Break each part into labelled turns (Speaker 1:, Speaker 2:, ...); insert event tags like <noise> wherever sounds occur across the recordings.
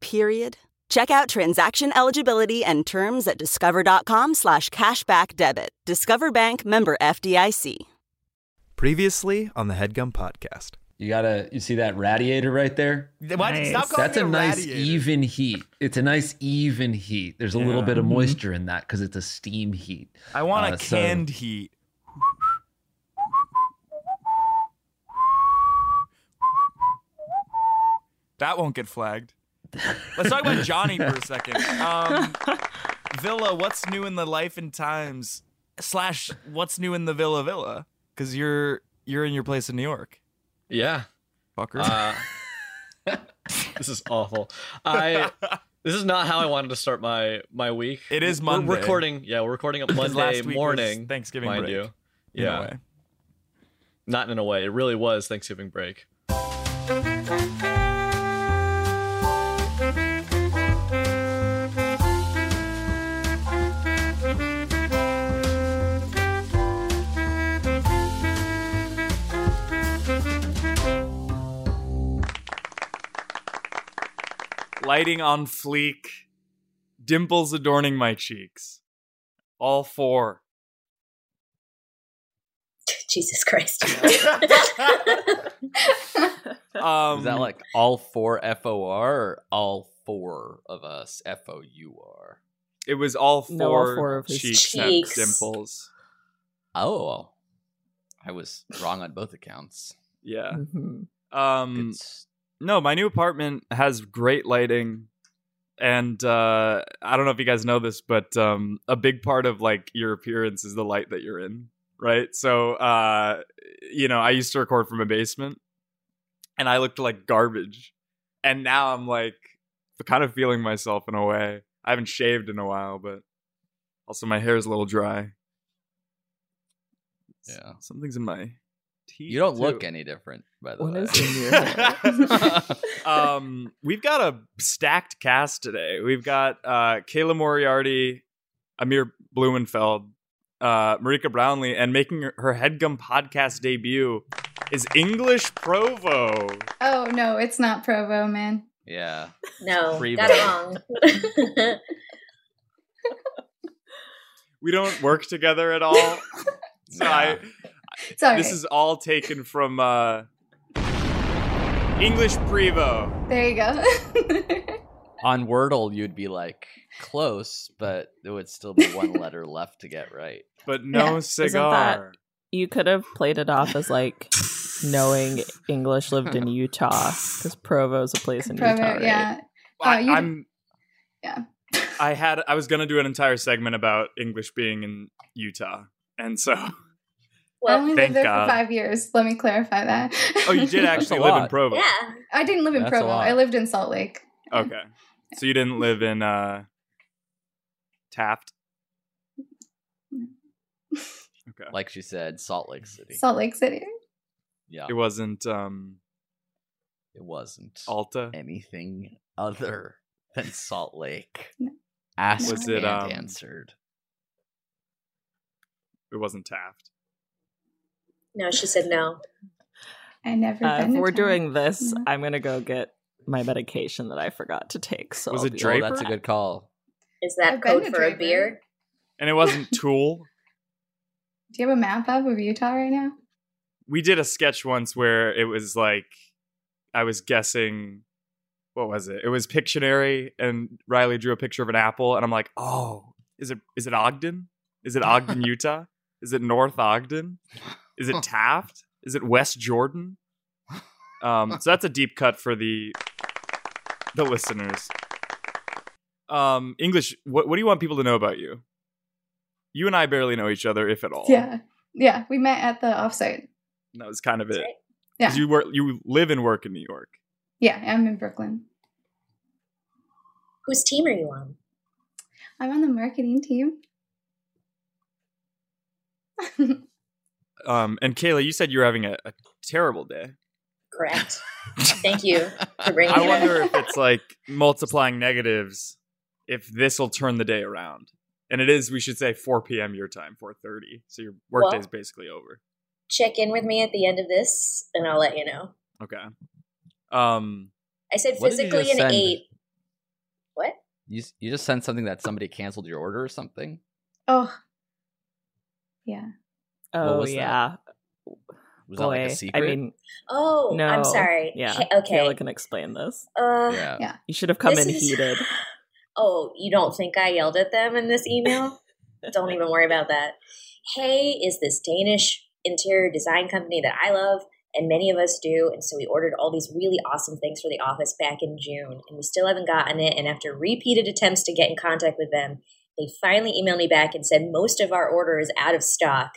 Speaker 1: period? Check out transaction eligibility and terms at discover.com slash cashback debit. Discover Bank member FDIC.
Speaker 2: Previously on the Headgum Podcast.
Speaker 3: You gotta you see that radiator right there?
Speaker 4: Why-
Speaker 5: Nice.
Speaker 4: Stop calling
Speaker 3: That's
Speaker 4: it
Speaker 3: a nice
Speaker 4: radiator.
Speaker 3: even heat. It's a nice even heat. There's a little
Speaker 2: Yeah.
Speaker 3: bit of moisture in that because it's a steam heat.
Speaker 4: I want
Speaker 3: Uh,
Speaker 4: a
Speaker 3: so-
Speaker 4: canned heat. That won't get flagged. Let's talk about Johnny for a second.
Speaker 3: <laughs>
Speaker 4: Um, Villa, what's new in the life and times? Slash, what's new in the Villa Villa? Because you're you're in your place in New York,
Speaker 5: Yeah.
Speaker 4: fucker.
Speaker 5: Uh, this is awful. I this is not how I wanted to start my my week.
Speaker 4: It is
Speaker 5: We're-
Speaker 4: Monday.
Speaker 5: We're recording. Yeah, we're recording a
Speaker 4: 'Cause
Speaker 5: Monday
Speaker 4: last week was
Speaker 5: morning.
Speaker 4: Thanksgiving
Speaker 5: mind
Speaker 4: break,
Speaker 5: you.
Speaker 4: in a
Speaker 5: Yeah,
Speaker 4: way.
Speaker 5: not in a way. It really was Thanksgiving break.
Speaker 4: lighting on fleek, dimples adorning my cheeks. All
Speaker 6: <laughs>
Speaker 4: four.
Speaker 7: Jesus
Speaker 6: <laughs>
Speaker 7: Christ. <laughs>
Speaker 4: Um,
Speaker 8: Is that like all four F O R or all four of us F O U R?
Speaker 4: it was all four,
Speaker 6: No, all four of his
Speaker 4: cheeks, have
Speaker 7: cheeks.
Speaker 4: dimples.
Speaker 8: Oh, I was wrong on both accounts.
Speaker 4: Yeah.
Speaker 9: Mm-hmm.
Speaker 6: Mhm.
Speaker 4: Um,
Speaker 8: Good s-
Speaker 4: no, my new apartment has great lighting, and uh, I don't know if you guys know this, but um, a big part of like your appearance is the light that you're in, right? So, uh, you know, I used to record from a basement, and I looked like garbage, and now I'm like kind of feeling myself in a way. I haven't shaved in a while, but also my hair is a little dry. S-
Speaker 8: Yeah.
Speaker 4: something's in my teeth.
Speaker 8: You don't look
Speaker 4: too
Speaker 8: any different, by the
Speaker 6: What
Speaker 8: way.
Speaker 6: is in your hair?
Speaker 8: <laughs>
Speaker 4: um, we've got a stacked cast today. We've got uh, Kayla Moriarty, Amir Blumenfeld, uh, Marika Brownlee, and making her, her headgum podcast debut is English Provo.
Speaker 9: Oh no, it's not Provo, man.
Speaker 8: yeah.
Speaker 7: no,
Speaker 8: Free
Speaker 7: got
Speaker 8: vote.
Speaker 7: it wrong.
Speaker 6: <laughs>
Speaker 4: We don't work together at all. so I,
Speaker 9: Sorry.
Speaker 4: this is all taken from uh, English Prevo.
Speaker 9: there
Speaker 6: <laughs>
Speaker 9: you go.
Speaker 8: On Wordle, you'd be like close, but there would still be
Speaker 4: <laughs>
Speaker 8: one letter left to get right.
Speaker 4: But no
Speaker 9: Yeah,
Speaker 4: cigar.
Speaker 6: You could have played it off as like knowing English lived
Speaker 9: <laughs>
Speaker 6: in Utah because Provo's a place in
Speaker 9: Provo,
Speaker 6: Utah. Right?
Speaker 9: yeah. Oh,
Speaker 4: I,
Speaker 9: you-
Speaker 4: I'm
Speaker 9: Yeah.
Speaker 4: I had I was gonna do an entire segment about English being in Utah, and so
Speaker 9: I
Speaker 7: well,
Speaker 9: only
Speaker 4: Thank
Speaker 9: lived there
Speaker 4: God.
Speaker 9: for five years. Let me clarify that.
Speaker 4: oh, you
Speaker 8: <laughs>
Speaker 9: <laughs>
Speaker 4: did actually
Speaker 8: a
Speaker 4: live in
Speaker 8: lot.
Speaker 4: Provo.
Speaker 7: yeah.
Speaker 9: I didn't live in
Speaker 8: That's a
Speaker 9: Provo.
Speaker 8: lot.
Speaker 9: I lived in Salt Lake.
Speaker 4: Okay, so you didn't live in uh, Taft. Okay,
Speaker 8: Like she said, Salt Lake City.
Speaker 9: <laughs> Salt Lake City.
Speaker 8: yeah.
Speaker 4: it wasn't um,
Speaker 8: It wasn't
Speaker 4: Alta.
Speaker 8: anything other than
Speaker 4: <laughs>
Speaker 8: Salt Lake.
Speaker 9: No.
Speaker 8: Asked
Speaker 4: Was it,
Speaker 8: and
Speaker 4: um,
Speaker 8: answered.
Speaker 4: It wasn't Taft.
Speaker 7: No, she said no.
Speaker 9: I never
Speaker 6: Uh,
Speaker 9: been
Speaker 6: if
Speaker 9: to Mm-hmm.
Speaker 6: we're
Speaker 9: town.
Speaker 6: doing this,
Speaker 9: Yeah.
Speaker 6: I'm gonna go get my medication that I forgot to take. So
Speaker 4: Was
Speaker 6: I'll
Speaker 4: it
Speaker 6: be-
Speaker 4: Drake?
Speaker 8: Oh, that's a
Speaker 4: Draper?
Speaker 8: good call.
Speaker 7: Is that
Speaker 9: I've been
Speaker 7: code
Speaker 9: to
Speaker 7: for a
Speaker 9: Draper.
Speaker 7: beer?
Speaker 4: And it wasn't Tool.
Speaker 9: Do you have a map up of Utah right now?
Speaker 4: We did a sketch once where it was like I was guessing. What was it? It was Pictionary, and Riley drew a picture of an apple, and I'm like, oh, is it is it Ogden? Is it Ogden, Utah? Is it North Ogden? Is it Taft? Is it West Jordan? Um, so that's a deep cut for the the listeners. Um, English, what, what do you want people to know about you? You and I barely know each other, if at all.
Speaker 9: Yeah. Yeah. We met at the offsite.
Speaker 4: And that was kind of it.
Speaker 7: That's right.
Speaker 4: 'Cause
Speaker 9: Yeah.
Speaker 4: you work, you live and work in New York.
Speaker 9: Yeah. I'm in Brooklyn.
Speaker 7: Whose team are you on?
Speaker 9: I'm on the marketing team. <laughs>
Speaker 4: Um, and Kayla, you said you were having a, a terrible day.
Speaker 6: <laughs>
Speaker 7: Correct. Thank you
Speaker 8: <laughs>
Speaker 7: for bringing it
Speaker 4: I
Speaker 7: up.
Speaker 4: wonder if it's like multiplying negatives, if this will turn the day around. And it is, we should say, 4 p.m. your time, 4:30. So your workday is
Speaker 7: Well-
Speaker 4: basically over.
Speaker 7: Check in with me at the end of this, and I'll let you know.
Speaker 4: Okay. Um,
Speaker 7: I said
Speaker 8: What did you
Speaker 7: physically
Speaker 8: just
Speaker 7: an
Speaker 8: send?
Speaker 7: eight. What?
Speaker 8: You s- you just sent something that somebody canceled your order or something.
Speaker 9: Oh, yeah. <laughs>
Speaker 6: Oh
Speaker 8: was that?
Speaker 6: yeah,
Speaker 8: Was
Speaker 6: boy.
Speaker 8: that like a secret?
Speaker 7: <laughs>
Speaker 6: I mean,
Speaker 7: Oh,
Speaker 6: no.
Speaker 7: I'm sorry.
Speaker 6: Yeah.
Speaker 7: Ca- Okay.
Speaker 6: Kayla can explain this.
Speaker 7: Uh,
Speaker 8: yeah.
Speaker 9: yeah.
Speaker 6: You should have come
Speaker 7: This
Speaker 6: in
Speaker 7: is-
Speaker 6: heated.
Speaker 7: <laughs> Oh, you don't think I yelled at them in this email? don't even worry about that. Hey is this Danish interior design company that I love and many of us do. And so we ordered all these really awesome things for the office back in June and we still haven't gotten it. And after repeated attempts to get in contact with them, they finally emailed me back and said most of our order is out of stock.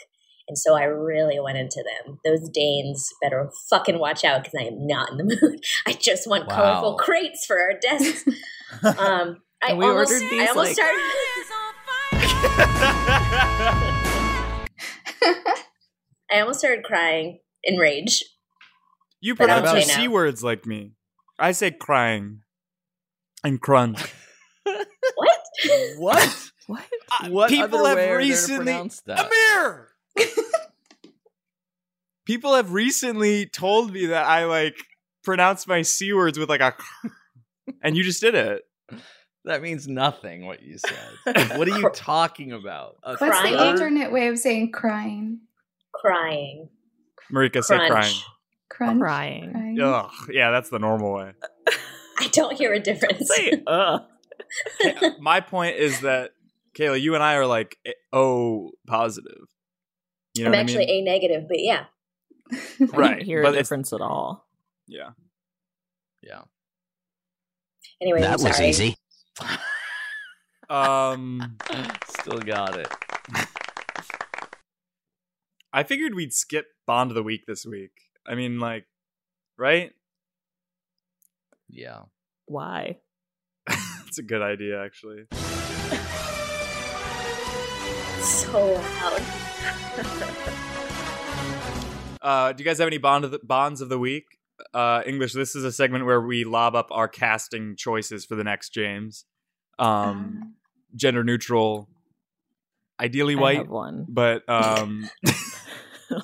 Speaker 7: And so I really went into them. Those Danes better fucking watch out because I am not in the <laughs> mood. I just want
Speaker 8: Wow.
Speaker 7: colorful crates for our
Speaker 6: <laughs>
Speaker 7: desks. um, I
Speaker 6: And we
Speaker 7: almost,
Speaker 6: ordered
Speaker 7: I
Speaker 6: these,
Speaker 7: almost
Speaker 6: like- <laughs>
Speaker 7: started. I almost started crying in
Speaker 4: <laughs>
Speaker 7: rage.
Speaker 4: you
Speaker 7: But I'm
Speaker 4: pronounce your
Speaker 7: okay now.
Speaker 4: c words like me. I say crying and crunch.
Speaker 7: What?
Speaker 8: <laughs> What?
Speaker 6: <laughs> what?
Speaker 8: what?
Speaker 4: Uh, people
Speaker 8: other
Speaker 4: have
Speaker 8: way are there to
Speaker 4: recently-
Speaker 8: pronounce that?
Speaker 4: Amir. People have recently told me that I like pronounce my c words with like a, <laughs> and you just did it.
Speaker 8: That means nothing. What
Speaker 4: <laughs>
Speaker 8: you said. what are you talking about? A
Speaker 9: What's
Speaker 7: Crying.
Speaker 9: the
Speaker 8: third?
Speaker 9: internet way of saying crying?
Speaker 7: Crying.
Speaker 4: Marika said crying.
Speaker 7: Crunch.
Speaker 9: Crunch.
Speaker 6: Crying.
Speaker 9: Crying. <laughs>
Speaker 4: Ugh, yeah, that's the normal way.
Speaker 7: I don't hear a difference.
Speaker 6: Say,
Speaker 7: <laughs>
Speaker 6: uh.
Speaker 4: Yeah, my point is that Kayla, you and I are like eh, O positive. You know
Speaker 7: I'm
Speaker 4: what
Speaker 7: actually
Speaker 4: I mean?
Speaker 7: A negative, but yeah.
Speaker 6: I
Speaker 4: Right,
Speaker 6: didn't hear
Speaker 4: but
Speaker 6: a
Speaker 4: it's-
Speaker 6: difference at all.
Speaker 4: yeah.
Speaker 7: Anyway, I'm sorry.
Speaker 4: Um,
Speaker 8: <gasps> Still got it.
Speaker 4: I figured we'd skip Bond of the Week this week. I mean, like, right? <laughs>
Speaker 8: Yeah.
Speaker 6: Why?
Speaker 4: That's a good idea, actually.
Speaker 7: So loud.
Speaker 4: Uh, do you guys have any bond of the, bonds of the week? Uh, English. This is a segment where we lob up our casting choices for the next James. Um,
Speaker 9: Um,
Speaker 4: gender neutral, ideally
Speaker 6: I
Speaker 4: white, <laughs>
Speaker 6: have one. <laughs>
Speaker 4: but um,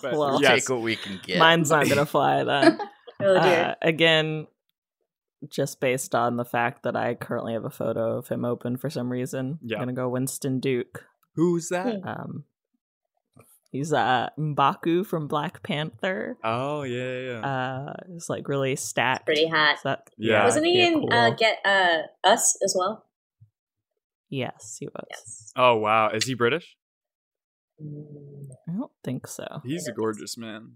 Speaker 4: but
Speaker 6: well,
Speaker 4: yes.
Speaker 8: Take what we can get.
Speaker 6: mine's not gonna
Speaker 7: <laughs>
Speaker 6: fly then.
Speaker 7: Oh dear.
Speaker 6: Uh, again, just based on the fact that I currently have a photo of him open for some reason,
Speaker 4: Yeah.
Speaker 6: I'm gonna go Winston Duke.
Speaker 4: who's that?
Speaker 6: Um, he's uh, Mbaku from Black Panther.
Speaker 4: Oh yeah, yeah, yeah.
Speaker 6: Uh, he's like really stacked.
Speaker 7: Pretty hot.
Speaker 6: So that-
Speaker 4: Yeah,
Speaker 7: Wasn't
Speaker 6: that'd
Speaker 7: he
Speaker 6: be a
Speaker 7: in
Speaker 6: cool-
Speaker 7: uh, Get uh, Us as well?
Speaker 6: yes, he was.
Speaker 7: Yes.
Speaker 4: Oh wow, is he British?
Speaker 7: Mm,
Speaker 6: I don't think so.
Speaker 4: He's
Speaker 7: don't
Speaker 4: a
Speaker 7: think
Speaker 4: gorgeous man.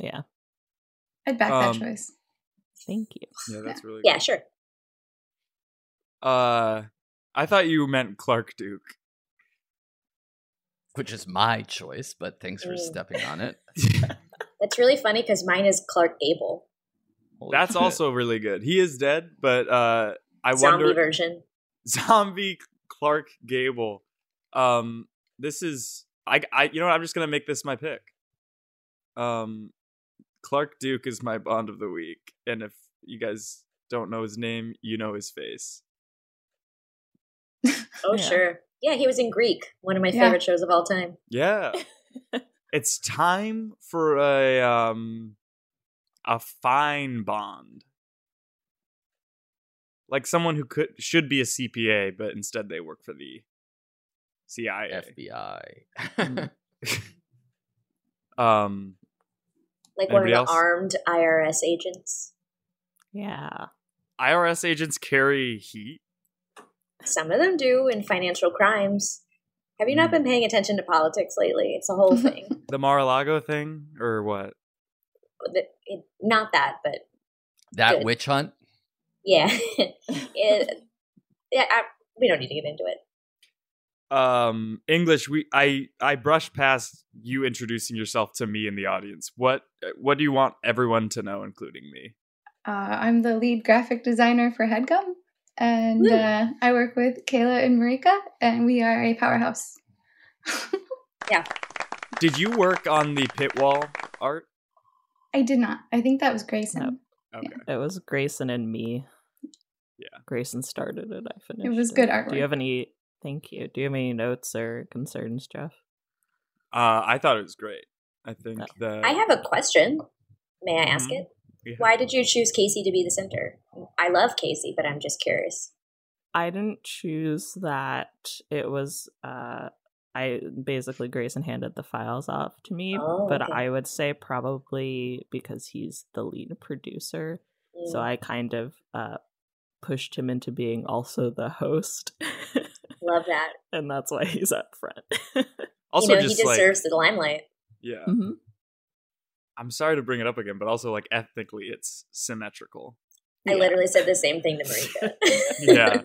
Speaker 6: Yeah.
Speaker 9: I'd back
Speaker 4: um,
Speaker 9: that choice.
Speaker 6: Thank you.
Speaker 4: Yeah, that's really.
Speaker 7: Yeah, sure.
Speaker 4: Cool. Uh, I thought you meant Clark Duke.
Speaker 8: <laughs> Which is my choice, but thanks for
Speaker 7: Mm.
Speaker 8: stepping
Speaker 4: <laughs>
Speaker 8: on it.
Speaker 7: That's really funny because mine is Clark Gable,
Speaker 8: Holy
Speaker 4: That's
Speaker 8: shit.
Speaker 4: also really good. He is dead, but uh, I
Speaker 7: zombie
Speaker 4: wonder
Speaker 7: version.
Speaker 4: <laughs> zombie Clark Gable. Um, this is I, I. You know, what? I'm just gonna make this my pick. Um, Clark Duke is my Bond of the week, and if you guys don't know his name, you know his face.
Speaker 7: Oh
Speaker 6: Yeah.
Speaker 7: sure. Yeah, he was in Greek, one of my
Speaker 9: Yeah.
Speaker 7: favorite shows of all time.
Speaker 4: Yeah. it's time for a um a fine bond. Like someone who could should be a CPA, but instead they work for the CIA. Mm.
Speaker 8: FBI.
Speaker 4: Um
Speaker 7: Like one of
Speaker 4: Anybody
Speaker 7: the
Speaker 4: else?
Speaker 7: armed IRS agents.
Speaker 6: Yeah.
Speaker 4: IRS agents carry heat.
Speaker 7: Some of them do in financial crimes. Have you
Speaker 4: Mm.
Speaker 7: not been paying attention to politics lately? It's a whole
Speaker 4: <laughs>
Speaker 7: thing.
Speaker 4: The Mar-a-Lago thing or what?
Speaker 7: Th- it- not that, but
Speaker 8: <laughs> that
Speaker 7: Good.
Speaker 8: witch hunt.
Speaker 7: yeah, <laughs> it, yeah. I, we don't need to get into it.
Speaker 4: Um English we I I brushed past you introducing yourself to me in the audience. What uh, what do you want everyone to know including me?
Speaker 9: Uh, I'm the lead graphic designer for Headgum, and
Speaker 7: Woo.
Speaker 9: uh, I work with Kayla and Marika, and we are a powerhouse. <laughs>
Speaker 4: Did you work on the pit wall art?
Speaker 9: I did not. I think that was Grayson.
Speaker 4: Okay.
Speaker 6: It was Grayson and me.
Speaker 4: Yeah.
Speaker 6: Grayson started it. I finished.
Speaker 9: was good
Speaker 6: Do you
Speaker 9: artwork.
Speaker 6: have any? Thank you. Do you have any notes or concerns, Jeff?
Speaker 4: Uh, I thought it was great. I think that
Speaker 7: I have a question. May I ask it?
Speaker 4: Mm-hmm. Yeah.
Speaker 7: Why did you choose Casey to be the center? I love Casey, but I'm just curious.
Speaker 6: I didn't choose that. It was uh I basically Grayson handed the files off to me,
Speaker 7: Oh,
Speaker 6: but
Speaker 7: okay.
Speaker 6: I would say probably because he's the lead producer, so
Speaker 7: Mm,
Speaker 6: I kind of uh pushed him into being also the host. <laughs>
Speaker 7: love that.
Speaker 6: and that's why he's up front. <laughs>
Speaker 4: also
Speaker 7: you know,
Speaker 4: just
Speaker 7: he
Speaker 4: like
Speaker 7: deserves the limelight.
Speaker 4: yeah.
Speaker 6: Mhm.
Speaker 4: I'm sorry to bring it up again, but also like ethnically, it's symmetrical.
Speaker 7: I literally said the same thing to Marika.
Speaker 4: <laughs> Yeah.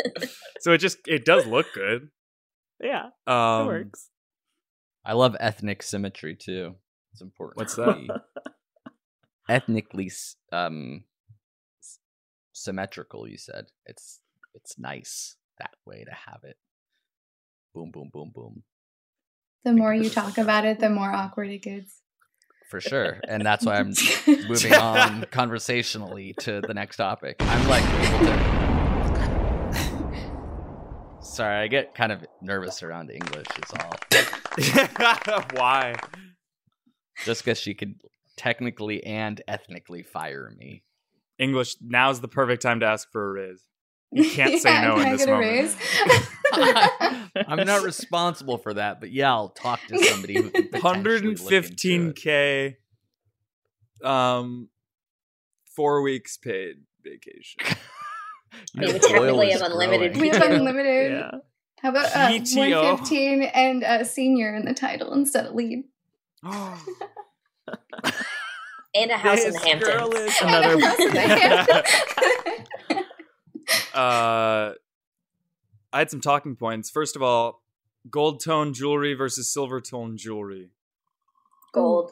Speaker 4: so it just it does look good.
Speaker 6: <laughs> Yeah, it
Speaker 4: Um,
Speaker 6: works.
Speaker 8: I love ethnic symmetry too. It's important.
Speaker 4: What's
Speaker 8: to
Speaker 4: that?
Speaker 8: be Ethnically s- um, s- symmetrical. You said it's it's nice that way to have it. Boom, boom, boom, boom.
Speaker 9: The more you talk about it, the more awkward it gets.
Speaker 8: For sure, and that's
Speaker 9: <laughs>
Speaker 8: why I'm moving on conversationally to the next topic. I'm like able to. <laughs> Sorry, I get kind of nervous around English. Is all
Speaker 4: <laughs> Why?
Speaker 8: just because she could technically and ethnically fire me.
Speaker 4: English. Now's the perfect time to ask for a raise. You can't say no
Speaker 9: can
Speaker 4: in
Speaker 9: I
Speaker 4: this
Speaker 9: get a
Speaker 4: moment.
Speaker 9: raise?
Speaker 8: I'm not responsible for that, but yeah, I'll talk to somebody.
Speaker 6: <laughs>
Speaker 8: Who can potentially look into it.
Speaker 4: 115k. Um, four weeks paid
Speaker 7: <laughs>
Speaker 4: vacation. <gasps>
Speaker 7: mean,
Speaker 8: Your
Speaker 7: we technically
Speaker 8: oil is
Speaker 7: have
Speaker 4: <laughs>
Speaker 7: unlimited
Speaker 9: we
Speaker 8: growing.
Speaker 9: have unlimited.
Speaker 6: Yeah.
Speaker 9: How about uh,
Speaker 4: PTO?
Speaker 9: 115 and uh, senior in the title instead of lead?
Speaker 7: <laughs> and a house in the Hamptons.
Speaker 4: This girl
Speaker 7: <laughs>
Speaker 6: <laughs>
Speaker 4: is
Speaker 9: Another-
Speaker 4: <laughs> uh, I had some talking points. First of all, gold tone jewelry versus silver tone jewelry.
Speaker 7: Gold.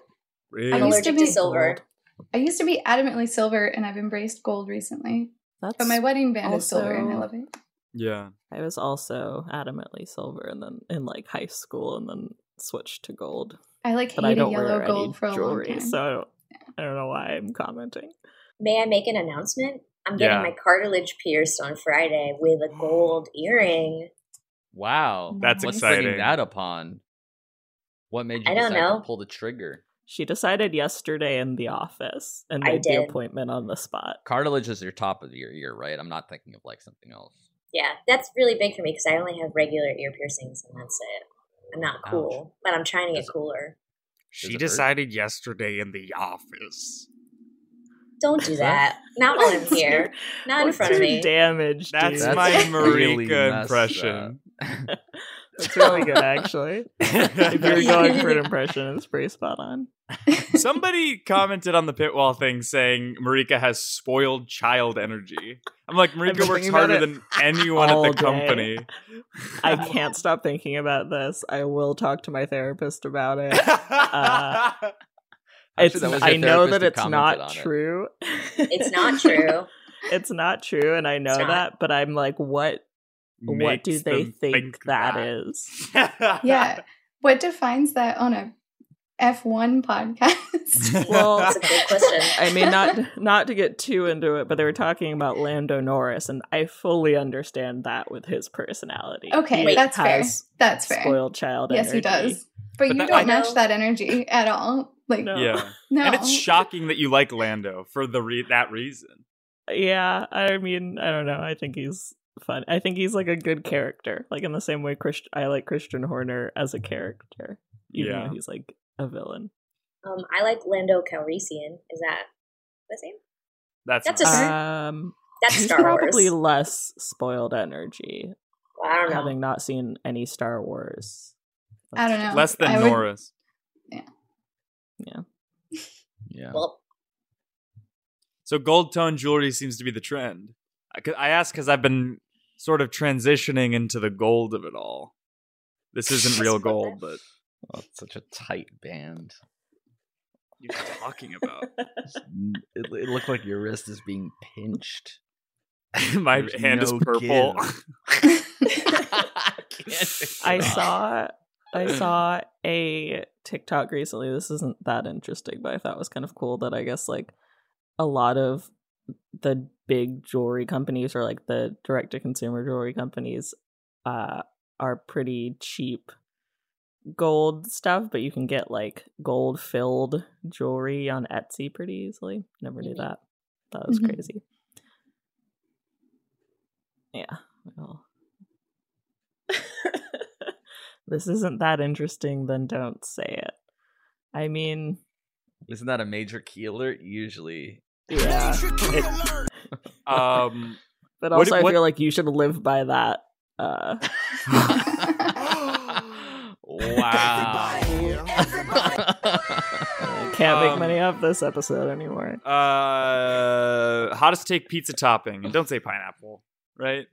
Speaker 4: Really?
Speaker 7: I'm
Speaker 9: used to
Speaker 7: allergic to
Speaker 9: be
Speaker 7: silver.
Speaker 9: <laughs> I used to be adamantly silver, and I've embraced gold recently.
Speaker 6: That's
Speaker 9: But my wedding band is silver, and I
Speaker 6: also-
Speaker 9: love it.
Speaker 4: yeah.
Speaker 6: I was also adamantly silver and then in like high school and then switched to gold.
Speaker 9: I like
Speaker 6: But I
Speaker 9: hated
Speaker 6: don't
Speaker 9: yellow
Speaker 6: wear any
Speaker 9: gold for a long
Speaker 6: jewelry,
Speaker 9: time.
Speaker 6: so I don't, I don't know why I'm commenting.
Speaker 7: May I make an announcement? I'm getting
Speaker 4: Yeah.
Speaker 7: my cartilage pierced on Friday with a
Speaker 8: <gasps>
Speaker 7: gold earring.
Speaker 8: Wow,
Speaker 4: That's
Speaker 8: What's
Speaker 4: exciting.
Speaker 8: Bringing that upon. What made you
Speaker 7: I don't
Speaker 8: decide
Speaker 7: know.
Speaker 8: to pull the trigger?
Speaker 6: She decided yesterday in the office and
Speaker 7: I
Speaker 6: made the
Speaker 7: did.
Speaker 6: appointment on the spot.
Speaker 8: Cartilage is your top of your ear, right? I'm not thinking of like something else.
Speaker 7: Yeah, that's really big for me because I only have regular ear piercings and that's it. I'm not cool, but I'm trying to get
Speaker 8: Does-
Speaker 7: cooler.
Speaker 8: Does
Speaker 4: She
Speaker 8: it hurt?
Speaker 4: decided yesterday in the office.
Speaker 7: Don't do
Speaker 8: <laughs> What's
Speaker 7: that.
Speaker 8: that?
Speaker 7: Not while I'm here. Not in
Speaker 6: What's
Speaker 7: front of
Speaker 6: your
Speaker 7: me.
Speaker 6: damage.
Speaker 4: That's
Speaker 6: dude?
Speaker 4: my Marika
Speaker 8: really messed
Speaker 4: impression.
Speaker 6: <laughs>
Speaker 8: up.
Speaker 6: That's really
Speaker 8: <laughs>
Speaker 6: good, actually. if you're going for an impression, it's pretty spot on.
Speaker 4: Somebody commented on the pit wall thing saying Marika has spoiled child energy. I'm like,
Speaker 6: been
Speaker 4: Marika works
Speaker 6: thinking about
Speaker 4: harder
Speaker 6: it
Speaker 4: than anyone at
Speaker 6: all
Speaker 4: the
Speaker 6: day.
Speaker 4: company. <laughs>
Speaker 6: I can't stop thinking about this. I will talk to my therapist
Speaker 8: <laughs>
Speaker 6: about it. uh,
Speaker 8: Actually,
Speaker 6: It's,
Speaker 8: that was your
Speaker 6: I know
Speaker 8: therapist
Speaker 6: that
Speaker 8: who
Speaker 6: it's
Speaker 8: commented
Speaker 6: not
Speaker 8: on it.
Speaker 6: true.
Speaker 7: It's
Speaker 6: <laughs>
Speaker 7: not
Speaker 8: <laughs>
Speaker 7: true.
Speaker 6: it's not true, and I know
Speaker 7: not.
Speaker 6: that, but I'm like, what what do
Speaker 4: Makes
Speaker 6: they
Speaker 4: them
Speaker 6: think, that
Speaker 4: that.
Speaker 6: is?
Speaker 9: <laughs> yeah.
Speaker 6: <laughs>
Speaker 9: What defines that Oh, on a
Speaker 6: <laughs>
Speaker 9: F1 podcast?
Speaker 7: <laughs>
Speaker 6: Well,
Speaker 7: That's a good question.
Speaker 6: I
Speaker 7: <laughs>
Speaker 6: mean, not <laughs> not to get too into it, but they were talking about Lando Norris, and I fully understand that with his personality.
Speaker 9: <laughs> okay,
Speaker 6: He
Speaker 9: that's fair.
Speaker 6: has
Speaker 9: That's fair.
Speaker 6: Spoiled child.
Speaker 9: yes, he
Speaker 6: energy.
Speaker 9: does.
Speaker 4: But
Speaker 9: But, you
Speaker 4: that-
Speaker 9: don't
Speaker 4: I
Speaker 9: match
Speaker 7: know-
Speaker 9: that energy at all. Like,
Speaker 6: No.
Speaker 9: no.
Speaker 4: Yeah. And it's shocking that you like Lando for the re- that reason.
Speaker 6: Yeah, I mean, I don't know. I think he's fun. I think he's like a good character, like in the same way Christ- I like Christian Horner as a character, even
Speaker 4: Yeah.
Speaker 6: though he's like a villain.
Speaker 7: Um, I like Lando Calrissian. Is that what's his name?
Speaker 4: That's,
Speaker 7: That's a
Speaker 4: nice.
Speaker 7: Star-
Speaker 6: Um,
Speaker 7: That's
Speaker 6: he's
Speaker 7: Star Wars.
Speaker 6: probably less spoiled energy,
Speaker 7: Well, I don't know.
Speaker 6: having not seen any Star Wars.
Speaker 9: I don't know.
Speaker 4: less
Speaker 9: I
Speaker 4: than
Speaker 9: would-
Speaker 4: Norris.
Speaker 8: yeah.
Speaker 7: Well,
Speaker 4: So gold tone jewelry seems to be the trend. I, 'cause- I asked because I've been sort of transitioning into the gold of it all. This isn't real gold, but
Speaker 8: Oh, it's such a tight band.
Speaker 4: you're
Speaker 7: <laughs>
Speaker 4: talking about.
Speaker 7: <laughs>
Speaker 8: It, it looked like your wrist is being pinched. <laughs>
Speaker 4: <laughs> My
Speaker 8: There's
Speaker 4: hand is
Speaker 8: no
Speaker 4: purple. <laughs>
Speaker 6: I saw I saw a TikTok recently. This isn't that interesting, but I thought it was kind of cool that I guess like a lot of the big jewelry companies or like the direct to consumer jewelry companies uh are pretty cheap gold stuff, but you can get like gold filled jewelry on Etsy pretty easily. Never knew
Speaker 7: Mhm.
Speaker 6: that. That was
Speaker 9: Mhm.
Speaker 7: Mm-hmm.
Speaker 6: crazy. Yeah. Well. <laughs> this isn't that interesting, then don't say it. I mean,
Speaker 8: Isn't that a major key alert? <laughs> Usually,
Speaker 6: yeah.
Speaker 4: um,
Speaker 6: But
Speaker 4: What-
Speaker 6: also, I
Speaker 4: what-
Speaker 6: feel like you should live by that. Uh,
Speaker 8: <laughs> Ah.
Speaker 6: I can't
Speaker 4: Um,
Speaker 6: make money off this episode anymore.
Speaker 4: uh, hottest take pizza topping, and don't say pineapple, right?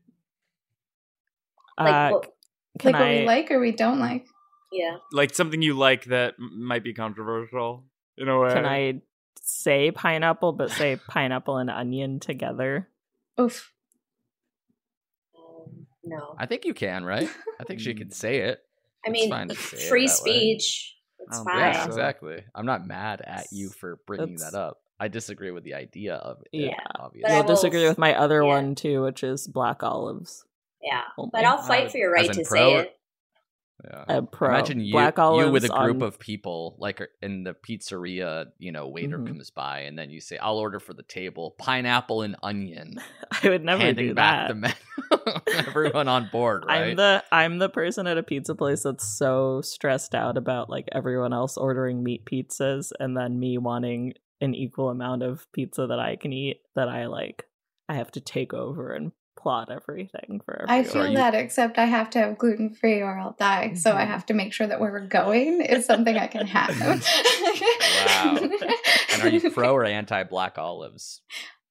Speaker 7: Like,
Speaker 6: uh,
Speaker 7: what,
Speaker 6: can
Speaker 9: like what
Speaker 6: I?
Speaker 9: we like or we don't like.
Speaker 7: yeah.
Speaker 4: Like something you like that m- might be controversial in a way.
Speaker 6: Can I say pineapple, but say pineapple and onion together?
Speaker 9: Oof.
Speaker 7: Um, no.
Speaker 8: I think you can,
Speaker 9: <laughs>
Speaker 8: right? I think she can say it.
Speaker 7: I
Speaker 8: it's
Speaker 7: mean, e
Speaker 8: fine to say it
Speaker 7: free
Speaker 8: that way.
Speaker 7: speech. It's
Speaker 4: Um,
Speaker 7: fine.
Speaker 8: Yeah,
Speaker 6: Wow.
Speaker 8: exactly. I'm not mad at you for bringing
Speaker 6: That's-
Speaker 8: that up. I disagree with the idea of it.
Speaker 6: Yeah,
Speaker 8: obviously.
Speaker 7: But I
Speaker 6: You'll
Speaker 7: will-
Speaker 6: disagree with my other
Speaker 7: yeah.
Speaker 6: one too, which is black olives.
Speaker 7: Yeah.
Speaker 6: Only.
Speaker 7: But I'll fight
Speaker 8: Uh,
Speaker 7: for your right
Speaker 8: as
Speaker 7: to
Speaker 8: in
Speaker 7: say
Speaker 8: pro or-
Speaker 7: it.
Speaker 8: Yeah.
Speaker 6: A pro.
Speaker 8: Imagine you,
Speaker 6: black olives
Speaker 8: you with a group
Speaker 6: on-
Speaker 8: of people, like are- in the pizzeria, you know, waiter
Speaker 6: Mhm.
Speaker 8: comes by and then you say, I'll order for the table pineapple and onion,
Speaker 6: <laughs> I would never
Speaker 8: handing
Speaker 6: do
Speaker 8: back the
Speaker 6: that.
Speaker 8: <laughs>
Speaker 6: <laughs>
Speaker 8: menu. Everyone on board, right?
Speaker 6: I'm the I'm the person at a pizza place that's so stressed out about like everyone else ordering meat pizzas and then me wanting an equal amount of pizza that I can eat that I like I have to take over and plot everything for everyone.
Speaker 9: I feel
Speaker 8: you-
Speaker 9: that, except I have to have gluten free or I'll die. So I
Speaker 6: Mhm.
Speaker 9: have to make sure that where we're going is something I can have.
Speaker 8: Wow. and are
Speaker 9: <laughs>
Speaker 8: you pro or anti black olives?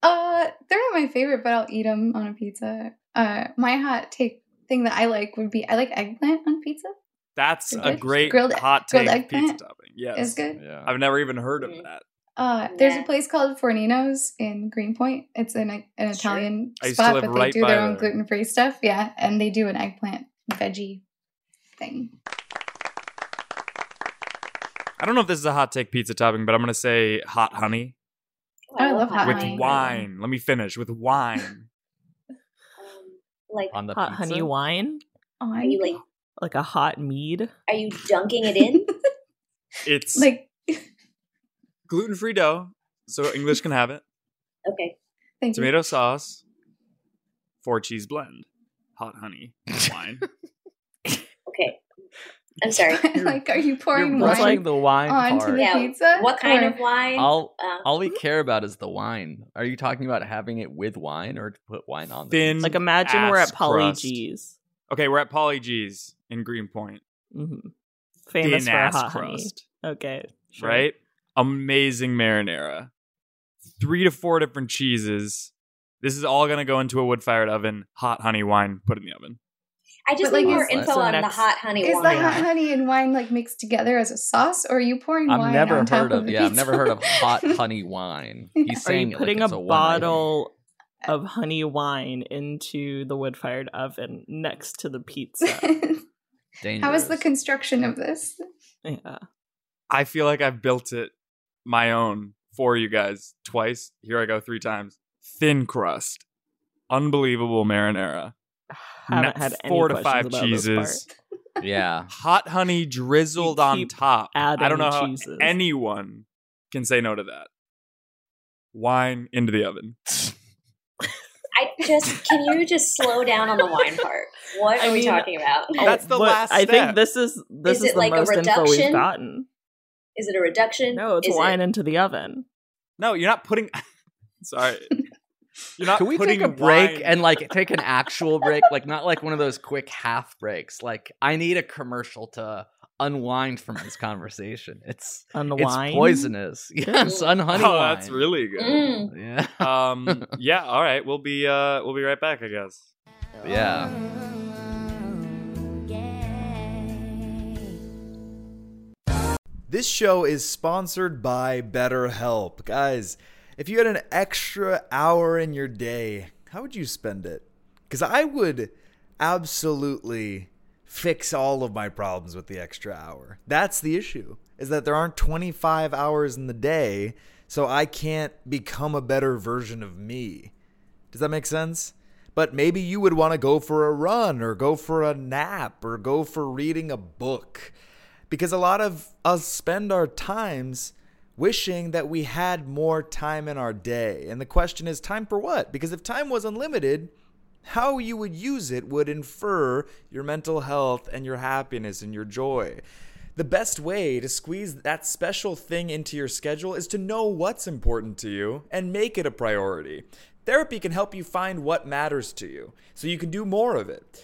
Speaker 9: Uh, they're not my favorite, but I'll eat them on a pizza. Uh, my hot take thing that I like would be I like eggplant on pizza.
Speaker 4: That's
Speaker 9: You're
Speaker 4: a
Speaker 9: good?
Speaker 4: great
Speaker 9: Grilled-
Speaker 4: hot
Speaker 9: grilled
Speaker 4: take pizza
Speaker 9: eggplant
Speaker 4: topping. Yes.
Speaker 9: It's good.
Speaker 8: Yeah.
Speaker 4: I've never even heard of
Speaker 7: Mm.
Speaker 4: that.
Speaker 9: Uh, there's a
Speaker 7: Yeah.
Speaker 9: place called Fornino's in Greenpoint. It's an an
Speaker 7: Sure.
Speaker 9: Italian
Speaker 4: I used to
Speaker 9: spot,
Speaker 4: live
Speaker 9: but
Speaker 4: right
Speaker 9: they do their
Speaker 4: by
Speaker 9: own
Speaker 4: there.
Speaker 9: gluten free stuff. Yeah, and they do an eggplant veggie thing.
Speaker 4: I don't know if this is a hot take pizza topping, but I'm gonna say hot honey
Speaker 9: I love hot
Speaker 4: with
Speaker 9: honey.
Speaker 4: wine. Let me finish with
Speaker 9: <laughs>
Speaker 4: wine.
Speaker 7: Um, like,
Speaker 8: On the
Speaker 6: hot
Speaker 8: pizza?
Speaker 6: honey wine,
Speaker 9: Oh,
Speaker 7: are
Speaker 9: I
Speaker 7: you like,
Speaker 6: like a hot mead.
Speaker 7: are you dunking it in?
Speaker 9: <laughs>
Speaker 4: It's
Speaker 9: like
Speaker 4: gluten free dough, so English can
Speaker 9: <laughs>
Speaker 4: have it.
Speaker 7: okay.
Speaker 9: thank you.
Speaker 4: Tomato sauce, four cheese blend, hot honey,
Speaker 9: <laughs>
Speaker 4: wine.
Speaker 7: Okay. I'm sorry.
Speaker 9: <laughs> like, are you pouring
Speaker 8: You're
Speaker 6: That's
Speaker 9: wine
Speaker 8: rushing the wine
Speaker 9: onto the
Speaker 8: part.
Speaker 7: Yeah,
Speaker 9: pizza?
Speaker 7: What kind
Speaker 9: Or-
Speaker 7: of wine?
Speaker 8: I'll
Speaker 7: Uh,
Speaker 8: All we care about is the wine. Are you talking about having it with wine or to put wine on the
Speaker 4: Thin.
Speaker 6: Like imagine we're
Speaker 4: Ass
Speaker 6: at Polly
Speaker 4: crust.
Speaker 6: G's,
Speaker 4: Okay, we're at Polly G's in Greenpoint.
Speaker 6: hmm famous
Speaker 4: Thin
Speaker 6: for
Speaker 4: ass
Speaker 6: hot honey.
Speaker 4: crust,
Speaker 6: Okay, sure.
Speaker 4: right? Amazing marinara. Three to four different cheeses. This is all gonna go into a wood fired oven. Hot honey wine, put in the oven.
Speaker 7: I just
Speaker 9: But,
Speaker 7: need
Speaker 9: like,
Speaker 7: more
Speaker 9: is-
Speaker 7: info
Speaker 6: So
Speaker 7: on the
Speaker 6: next-
Speaker 7: hot honey
Speaker 9: Is the
Speaker 7: wine.
Speaker 9: hot honey and wine like mixed together as a sauce, or are you pouring
Speaker 8: I've
Speaker 9: wine?
Speaker 8: never
Speaker 9: on top
Speaker 8: heard
Speaker 9: of,
Speaker 8: of,
Speaker 9: the
Speaker 8: yeah, I've never heard of
Speaker 9: pizza? <laughs>
Speaker 8: hot honey wine.
Speaker 9: Are you
Speaker 8: He's
Speaker 6: Are
Speaker 8: saying
Speaker 6: you putting
Speaker 8: it like it's
Speaker 6: a
Speaker 8: a one-item.
Speaker 6: bottle of honey wine into the wood fired oven next to
Speaker 7: <laughs>
Speaker 6: the pizza?
Speaker 9: How is the
Speaker 8: Dangerous.
Speaker 9: construction of this?
Speaker 6: yeah.
Speaker 4: I feel like I've built it my own for you guys twice. Here I go three times. Thin crust, unbelievable marinara,
Speaker 6: Haven't
Speaker 4: Ma-
Speaker 6: had any
Speaker 4: four to
Speaker 6: questions
Speaker 4: five
Speaker 6: about this
Speaker 4: cheeses,
Speaker 6: part.
Speaker 8: Yeah.
Speaker 4: hot honey drizzled
Speaker 6: You
Speaker 4: on
Speaker 6: keep
Speaker 4: top. I
Speaker 6: adding
Speaker 4: don't know how
Speaker 6: cheeses.
Speaker 4: anyone can say no to that. Wine into the oven.
Speaker 7: I just can you just slow down on the wine part? What
Speaker 6: I
Speaker 7: are we
Speaker 6: mean,
Speaker 7: talking about?
Speaker 6: Oh,
Speaker 4: That's the
Speaker 6: but
Speaker 4: last
Speaker 6: I
Speaker 4: step.
Speaker 6: think this is this
Speaker 7: Is
Speaker 6: is,
Speaker 7: it
Speaker 6: the
Speaker 7: like a
Speaker 6: most info we've
Speaker 7: reduction?
Speaker 6: gotten.
Speaker 7: Is it a reduction?
Speaker 6: No, it's
Speaker 7: Is it-
Speaker 6: wine into the oven.
Speaker 4: No, you're not putting. <laughs> Sorry, you're not.
Speaker 8: Can we
Speaker 4: putting
Speaker 8: take a break
Speaker 4: wine-
Speaker 8: and like take an actual break? Like not like one of those quick half breaks. Like I need a commercial to unwind from this conversation. It's
Speaker 6: Unwind.
Speaker 8: it's poisonous. <laughs> Yes, unhoney
Speaker 4: <laughs> Oh, that's
Speaker 8: wine.
Speaker 4: really good.
Speaker 7: Mm. <laughs>
Speaker 8: yeah.
Speaker 4: Um, yeah. All right, we'll be uh, we'll be right back. I guess.
Speaker 8: <laughs> yeah.
Speaker 5: This show is sponsored by BetterHelp. Guys, if you had an extra hour in your day,
Speaker 8: How would you spend it? Because I would absolutely fix all of my problems with the extra hour. That's the issue, is that there aren't 25 hours in the day, so I can't become a better version of me. Does that make sense? But maybe you would want to go for a run or go for a nap or go for reading a book. Because a lot of us spend our times wishing that we had more time in our day. And the question is time for what? Because if time was unlimited, how you would use it would infer your mental health and your happiness and your joy. The best way to squeeze that special thing into your schedule is to know what's important to you and make it a priority. Therapy can help you find what matters to you so you can do more of it.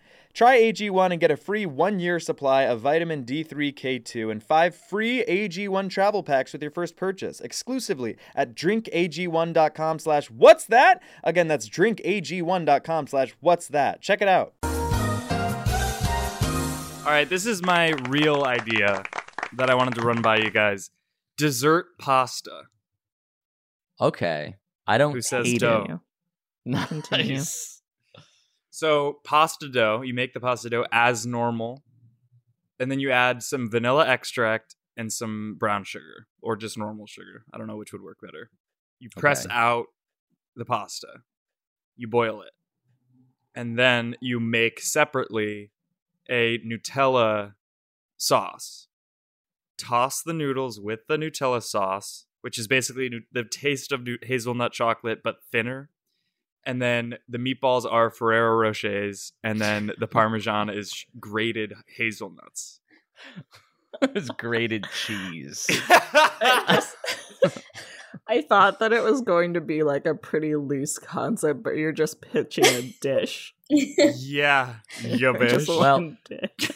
Speaker 4: Try AG1 and get a free one year supply of vitamin D3K2 and five free AG1 travel packs with your first purchase exclusively at drinkag1.com slash what's that? Again, that's drinkag1.com slash what's that. Check it out.
Speaker 3: All right, this is my real idea that I wanted to run by you guys. Dessert pasta.
Speaker 5: Okay. I don't
Speaker 3: Who says
Speaker 5: hate
Speaker 3: dough?
Speaker 5: it.
Speaker 4: <laughs>
Speaker 3: <laughs>
Speaker 6: <laughs> Continue.
Speaker 3: So pasta dough, you make the pasta dough as normal, and then you add some vanilla extract and some brown sugar or just normal sugar. I don't know which would work better. You press
Speaker 10: Okay.
Speaker 3: out the pasta, you boil it, and then you make separately a Nutella sauce. Toss the noodles with the Nutella sauce, which is basically nu- the taste of nu- hazelnut chocolate but thinner and then the meatballs are Ferrero Rochers, and then the Parmesan is sh- grated hazelnuts.
Speaker 5: <laughs>
Speaker 11: it's grated cheese.
Speaker 7: <laughs>
Speaker 6: I thought that it was going to be like a pretty loose concept, but you're just pitching a
Speaker 4: <laughs>
Speaker 6: dish.
Speaker 3: yeah, <laughs> yeah,
Speaker 6: Just
Speaker 3: bitch.
Speaker 6: one dish.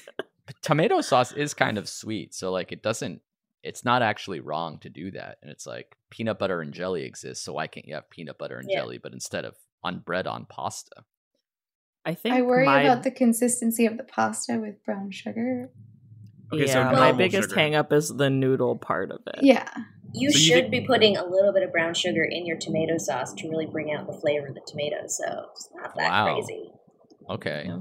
Speaker 5: Tomato sauce is kind of sweet, so like it doesn't it's not actually wrong to do that. And it's like peanut butter and jelly exists, so why can't you have peanut butter and
Speaker 9: Yeah.
Speaker 5: jelly, but instead of on bread on pasta?
Speaker 6: I think
Speaker 9: I worry
Speaker 6: my-
Speaker 9: about the consistency of the pasta with brown sugar.
Speaker 3: Okay, so
Speaker 6: yeah, my
Speaker 3: normal
Speaker 6: biggest
Speaker 3: sugar.
Speaker 6: hang up is the noodle part of it.
Speaker 9: Yeah.
Speaker 7: You
Speaker 3: So you
Speaker 7: should
Speaker 3: think-
Speaker 7: be putting a little bit of brown sugar in your tomato sauce to really bring out the flavor of the tomatoes. So it's not that
Speaker 5: Wow.
Speaker 7: crazy.
Speaker 5: Okay.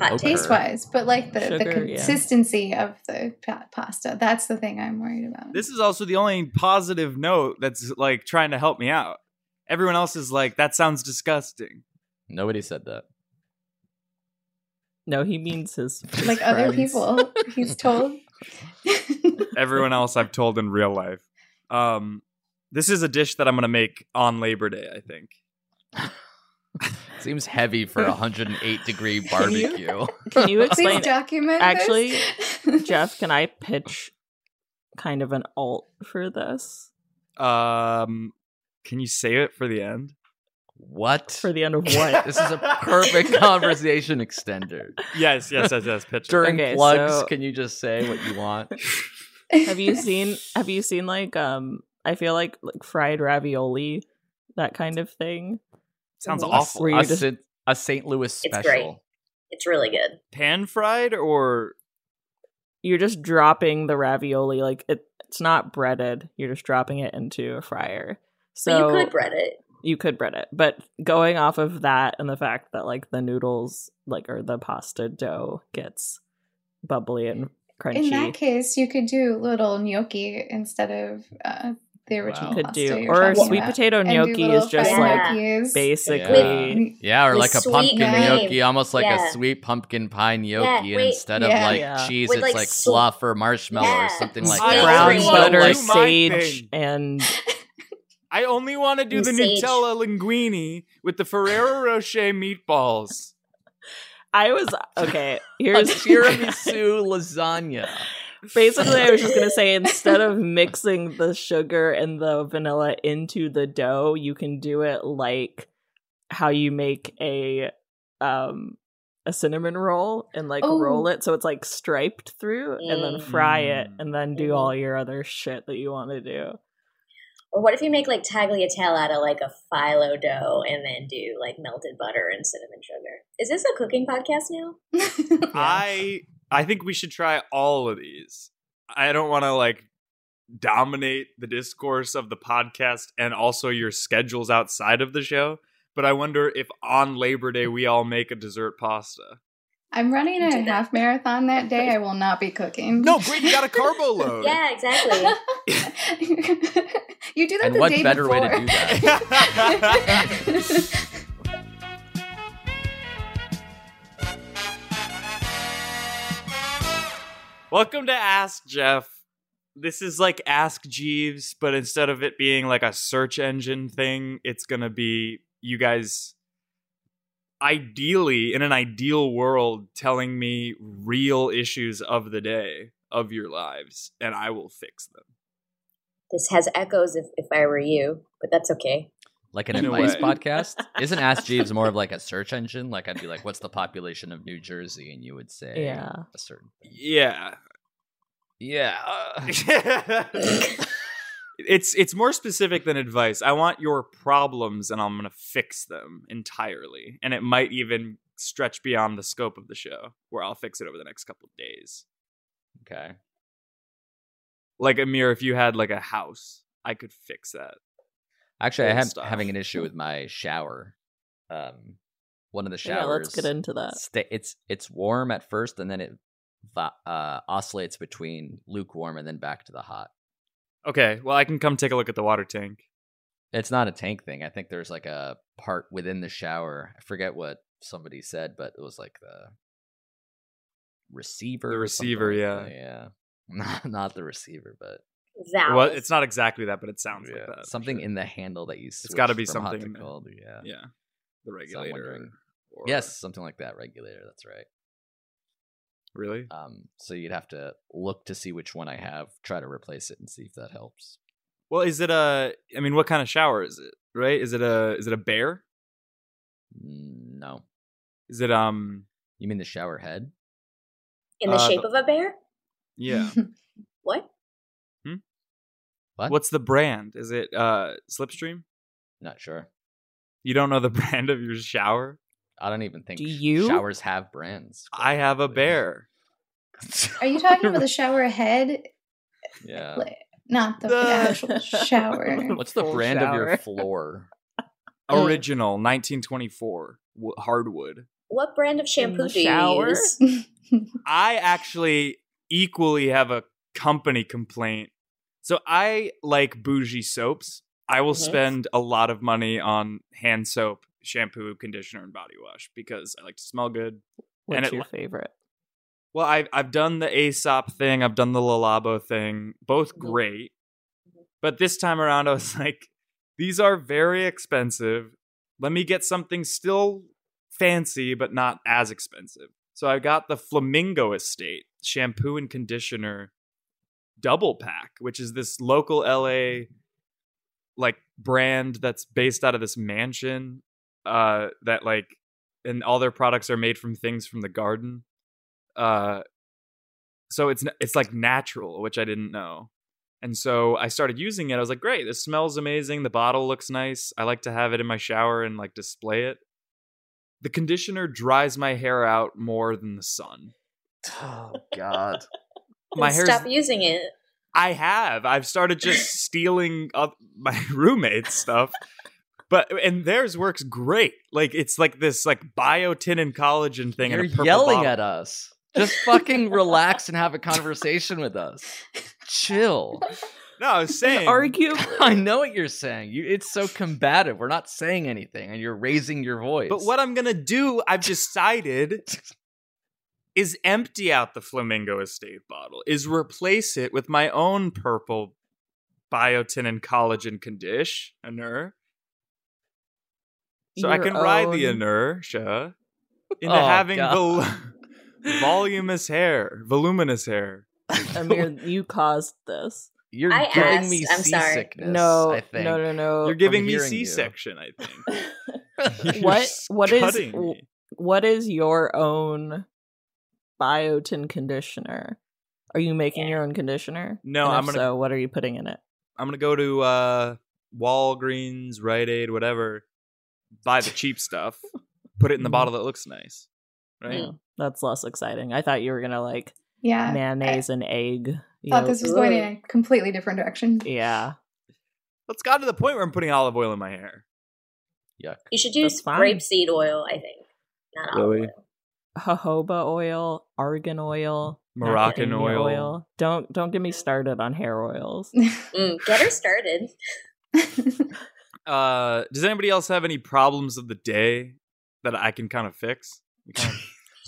Speaker 7: Hot
Speaker 5: Okay.
Speaker 9: Taste wise, but like the, the
Speaker 5: Sugar, yeah.
Speaker 9: consistency of the pa- pasta. That's the thing I'm worried about.
Speaker 3: This is also the only positive note that's like trying to help me out. Everyone else is like, "That
Speaker 4: <laughs>
Speaker 3: <laughs> sounds disgusting."
Speaker 5: Nobody said that.
Speaker 6: No, he means his
Speaker 9: Like other
Speaker 6: friends.
Speaker 9: people, he's told.
Speaker 3: Everyone else I've told in real life. Um, this is a dish that I'm gonna make on Labor Day. I think.
Speaker 7: <laughs>
Speaker 5: Seems heavy for a 108 degree barbecue.
Speaker 6: <laughs> Can you explain?
Speaker 9: <laughs> Please document
Speaker 6: Actually,
Speaker 9: this.
Speaker 6: Jeff, can I pitch kind of an alt for this?
Speaker 3: Um,
Speaker 4: Can you save it for the end?
Speaker 3: What?
Speaker 6: For the end
Speaker 8: <laughs>
Speaker 6: of what?
Speaker 3: this is a perfect conversation extender.
Speaker 4: Yes, yes, yes, yes. Pitch it.
Speaker 3: During
Speaker 6: Okay,
Speaker 3: plugs,
Speaker 6: so-
Speaker 3: can you just say what you want?
Speaker 6: have
Speaker 9: <laughs>
Speaker 6: you seen have you seen like um I feel like like fried ravioli, that kind of thing?
Speaker 4: <laughs> Sounds
Speaker 6: Where
Speaker 4: awful.
Speaker 6: you
Speaker 3: A,
Speaker 6: just-
Speaker 3: Sin- a St. Louis special.
Speaker 7: It's great. It's really good.
Speaker 4: Pan fried or
Speaker 6: you're just dropping the ravioli like it, it's not breaded you're just dropping it into a fryer so
Speaker 7: So, you could bread it.
Speaker 6: you could bread it but going off of that and the fact that like the noodles like or the pasta dough gets bubbly and crunchy
Speaker 9: In that case, you could do little gnocchi instead of uh, the original
Speaker 6: Could
Speaker 9: pasta
Speaker 6: do-
Speaker 9: you're
Speaker 6: or
Speaker 9: talking
Speaker 6: sweet
Speaker 9: about.
Speaker 6: potato
Speaker 9: And do
Speaker 6: gnocchi
Speaker 9: little
Speaker 6: is just,
Speaker 9: fried
Speaker 6: like,
Speaker 9: gnocchis.
Speaker 6: basically
Speaker 9: With-
Speaker 3: Yeah, or
Speaker 9: with
Speaker 3: like a
Speaker 9: sweet
Speaker 3: pumpkin
Speaker 9: cream.
Speaker 3: gnocchi, almost like
Speaker 7: Yeah.
Speaker 3: a sweet pumpkin pie gnocchi, and
Speaker 7: wait,
Speaker 3: instead
Speaker 9: yeah.
Speaker 3: of like
Speaker 6: Yeah.
Speaker 3: cheese,
Speaker 7: With,
Speaker 3: it's
Speaker 7: like,
Speaker 3: like,
Speaker 7: sw-
Speaker 3: fluff or marshmallow
Speaker 7: Yeah.
Speaker 3: or something like
Speaker 4: I
Speaker 3: that.
Speaker 6: brown
Speaker 4: only wanna
Speaker 6: butter
Speaker 4: do my
Speaker 6: sage
Speaker 4: thing.
Speaker 6: and
Speaker 4: I only want to do
Speaker 7: And
Speaker 4: the
Speaker 7: sage.
Speaker 4: Nutella linguine with the Ferrero Rocher meatballs.
Speaker 6: i was okay
Speaker 3: A
Speaker 6: <laughs> here's
Speaker 3: tiramisu lasagna.
Speaker 6: Basically, I was just gonna say instead of mixing the sugar and the vanilla into the dough, you can do it like how you make a um a cinnamon roll and like
Speaker 9: Oh.
Speaker 6: roll it so it's like striped through and then fry it and then do
Speaker 7: Mm.
Speaker 6: all your other shit that you want to do.
Speaker 7: Or what if you make like tagliatelle out of like a phyllo dough and then do like melted butter and cinnamon sugar? Is this a cooking podcast now?
Speaker 4: I I think we should try all of these. I don't want to like dominate the discourse of the podcast and also your schedules outside of the show, but I wonder if on Labor Day we all make a dessert pasta.
Speaker 9: <laughs> I'm running a half marathon that day. I will not be cooking.
Speaker 4: No, Britt,
Speaker 9: <laughs>
Speaker 4: you got
Speaker 7: <laughs>
Speaker 4: a carbo load.
Speaker 7: Yeah, exactly.
Speaker 4: <laughs>
Speaker 9: you do that
Speaker 3: And
Speaker 9: the
Speaker 3: what
Speaker 9: day
Speaker 3: better
Speaker 9: before.
Speaker 3: way to do that?
Speaker 9: <laughs>
Speaker 4: Welcome to Ask Jeff. This is like Ask Jeeves, but instead of it being like a search engine thing, it's going to be you guys ideally in an ideal world telling me real issues of the day of your lives and I will fix them.
Speaker 7: this has echoes if, if I were you, but that's okay.
Speaker 3: Like an
Speaker 4: In
Speaker 6: <laughs>
Speaker 4: a
Speaker 3: advice
Speaker 4: way.
Speaker 3: podcast? Isn't Ask Jeeves more of like a search engine? Like I'd be like, what's the population of New Jersey? And you would say
Speaker 6: Yeah.
Speaker 3: a certain thing.
Speaker 4: Yeah.
Speaker 3: Yeah. uh,
Speaker 4: <laughs> it's it's more specific than advice. I want your problems and I'm going to fix them entirely. And it might even stretch beyond the scope of the show where I'll fix it over the next couple of days.
Speaker 3: okay.
Speaker 4: Like Amir, if you had like a house, I could fix that.
Speaker 3: Actually, I
Speaker 4: Old
Speaker 3: am
Speaker 4: stuff.
Speaker 3: having an issue with my shower. Um, one of the showers.
Speaker 6: Yeah, let's get into that.
Speaker 3: sta- it's it's warm at first, and then it va- uh, oscillates between lukewarm and then back to the hot.
Speaker 4: Okay, well I can come take a look at the water tank.
Speaker 3: It's not a tank thing. I think there's like a part within the shower. I forget what somebody said, but it was like the receiver.
Speaker 4: The
Speaker 3: or something
Speaker 4: receiver,
Speaker 3: like
Speaker 4: yeah.
Speaker 3: that, yeah. <laughs> Not not the receiver, but
Speaker 7: Valve.
Speaker 4: Well, it's not exactly that, but it sounds
Speaker 3: yeah,
Speaker 4: like that.
Speaker 3: something in the handle that you. It's
Speaker 4: gotta be
Speaker 3: from hot
Speaker 4: something
Speaker 3: to
Speaker 4: in there.
Speaker 3: cold, Yeah.
Speaker 4: yeah, the
Speaker 3: So I'm
Speaker 4: regulator.
Speaker 3: wondering-
Speaker 4: or-
Speaker 3: Yes, something like that. Regulator. That's right.
Speaker 4: really.
Speaker 3: Um, so you'd have to look to see which one I have, try to replace it, and see if that helps.
Speaker 4: Well, is it a? I mean, what kind of shower is it? Right? Is it a? Is it a bear?
Speaker 3: Mm, No,
Speaker 4: Is it um?
Speaker 3: you mean the shower head?
Speaker 7: in the
Speaker 4: uh,
Speaker 7: shape
Speaker 4: the-
Speaker 7: of a bear?
Speaker 4: <laughs> Yeah.
Speaker 3: <laughs>
Speaker 7: What?
Speaker 3: What?
Speaker 4: What's the brand? Is it uh Slipstream?
Speaker 3: Not sure.
Speaker 4: You don't know the <laughs> brand of your shower?
Speaker 3: I don't even think
Speaker 6: Do
Speaker 3: sh-
Speaker 6: you?
Speaker 3: showers have brands. quite
Speaker 4: I have a
Speaker 3: frankly.
Speaker 4: bear.
Speaker 3: <laughs>
Speaker 9: Are you talking about the shower head,
Speaker 3: Yeah.
Speaker 6: Uh,
Speaker 9: Like, not the,
Speaker 4: The-
Speaker 9: actual shower?
Speaker 6: <laughs>
Speaker 9: <laughs>
Speaker 3: What's the
Speaker 6: Full
Speaker 3: brand of
Speaker 6: shower.
Speaker 3: your floor?
Speaker 9: Mm.
Speaker 4: Original 1924 w- hardwood.
Speaker 7: What brand of shampoo
Speaker 6: the
Speaker 7: do
Speaker 6: shower?
Speaker 7: you use?
Speaker 4: I actually equally have a company complaint. So I like bougie soaps. I will
Speaker 3: Mm-hmm.
Speaker 7: Mhm.
Speaker 4: spend a lot of money on hand soap, shampoo, conditioner, and body wash because I like to smell good.
Speaker 6: What's
Speaker 4: it
Speaker 6: your
Speaker 4: li-
Speaker 6: favorite?
Speaker 4: Well, I've I've done the Aesop thing, I've done the Lalabo thing, both
Speaker 7: Mhm.
Speaker 4: great. But this time around I was <laughs> like, these are very expensive. Let me get something still fancy, but not as expensive. So I got the Flamingo Estate shampoo and conditioner double pack, which is this local LA
Speaker 8: like brand that's based out of this mansion uh that like and all their products are made from things from the garden uh so it's n- it's like natural which i didn't know and so i started using it i was like great this smells amazing the bottle looks nice i like to have it in my shower and like display it the conditioner dries my hair out more than the sun
Speaker 3: oh god
Speaker 8: my hair's
Speaker 7: Stop using it.
Speaker 8: I have. I've started <laughs> just stealing up my <laughs> roommate's stuff. But and theirs works great. Like it's like this like biotin and collagen thing. in a
Speaker 3: You're
Speaker 8: purple
Speaker 3: yelling
Speaker 8: bottle.
Speaker 3: at us. Just fucking relax and have a conversation with
Speaker 8: <laughs>
Speaker 3: us. Chill.
Speaker 8: No, I was saying.
Speaker 6: Argue.
Speaker 3: <laughs> I know what you're saying. You, it's so combative. We're not saying anything, and you're raising your voice.
Speaker 8: But what I'm gonna do, I've decided,
Speaker 3: <laughs>
Speaker 8: is empty out the flamingo estate bottle. Is replace it with my own purple biotin and collagen condish inner. So I
Speaker 3: Your
Speaker 8: can ride the
Speaker 3: own-
Speaker 8: inertia into
Speaker 3: Oh,
Speaker 8: having vol-
Speaker 3: God. <laughs>
Speaker 8: voluminous hair, voluminous hair.
Speaker 6: Amir, you caused this.
Speaker 3: You're
Speaker 7: I giving me asked, I'm sorry. seasickness,
Speaker 6: No,
Speaker 3: I think.
Speaker 6: no, no, no.
Speaker 8: You're giving
Speaker 3: I'm
Speaker 8: me
Speaker 3: hearing you.
Speaker 8: C-section, I
Speaker 3: <laughs>
Speaker 8: think. You're
Speaker 6: what what is
Speaker 8: cutting
Speaker 6: w-
Speaker 8: me.
Speaker 6: what is your own biotin conditioner? Are you making your own conditioner?
Speaker 8: No,
Speaker 6: And if
Speaker 8: I'm gonna-
Speaker 6: So what are you putting in it?
Speaker 8: I'm gonna go to uh, Walgreens, Rite Aid, whatever, buy the cheap stuff, put it
Speaker 3: Mm-hmm.
Speaker 8: in the bottle that looks nice,
Speaker 3: Mm.
Speaker 8: right?
Speaker 6: Oh, that's less exciting. I thought you were gonna like
Speaker 9: Yeah,
Speaker 6: mayonnaise and egg. you
Speaker 9: Uh, thought
Speaker 6: know,
Speaker 9: this was going in a completely different direction.
Speaker 6: Yeah.
Speaker 8: It's gotten to the point where I'm putting olive oil in my hair.
Speaker 3: Yuck.
Speaker 7: You should use
Speaker 6: fine.
Speaker 7: grapeseed oil, I think. Not olive oil.
Speaker 6: jojoba oil, argan oil,
Speaker 8: Moroccan
Speaker 6: macadamia
Speaker 8: oil.
Speaker 6: Don't don't get me started on hair
Speaker 8: <laughs>
Speaker 6: oils.
Speaker 9: <laughs>
Speaker 7: Mm, get her started. <laughs>
Speaker 8: Uh, does anybody else have any problems of the day that I can kind of fix? We
Speaker 3: <laughs>
Speaker 8: kind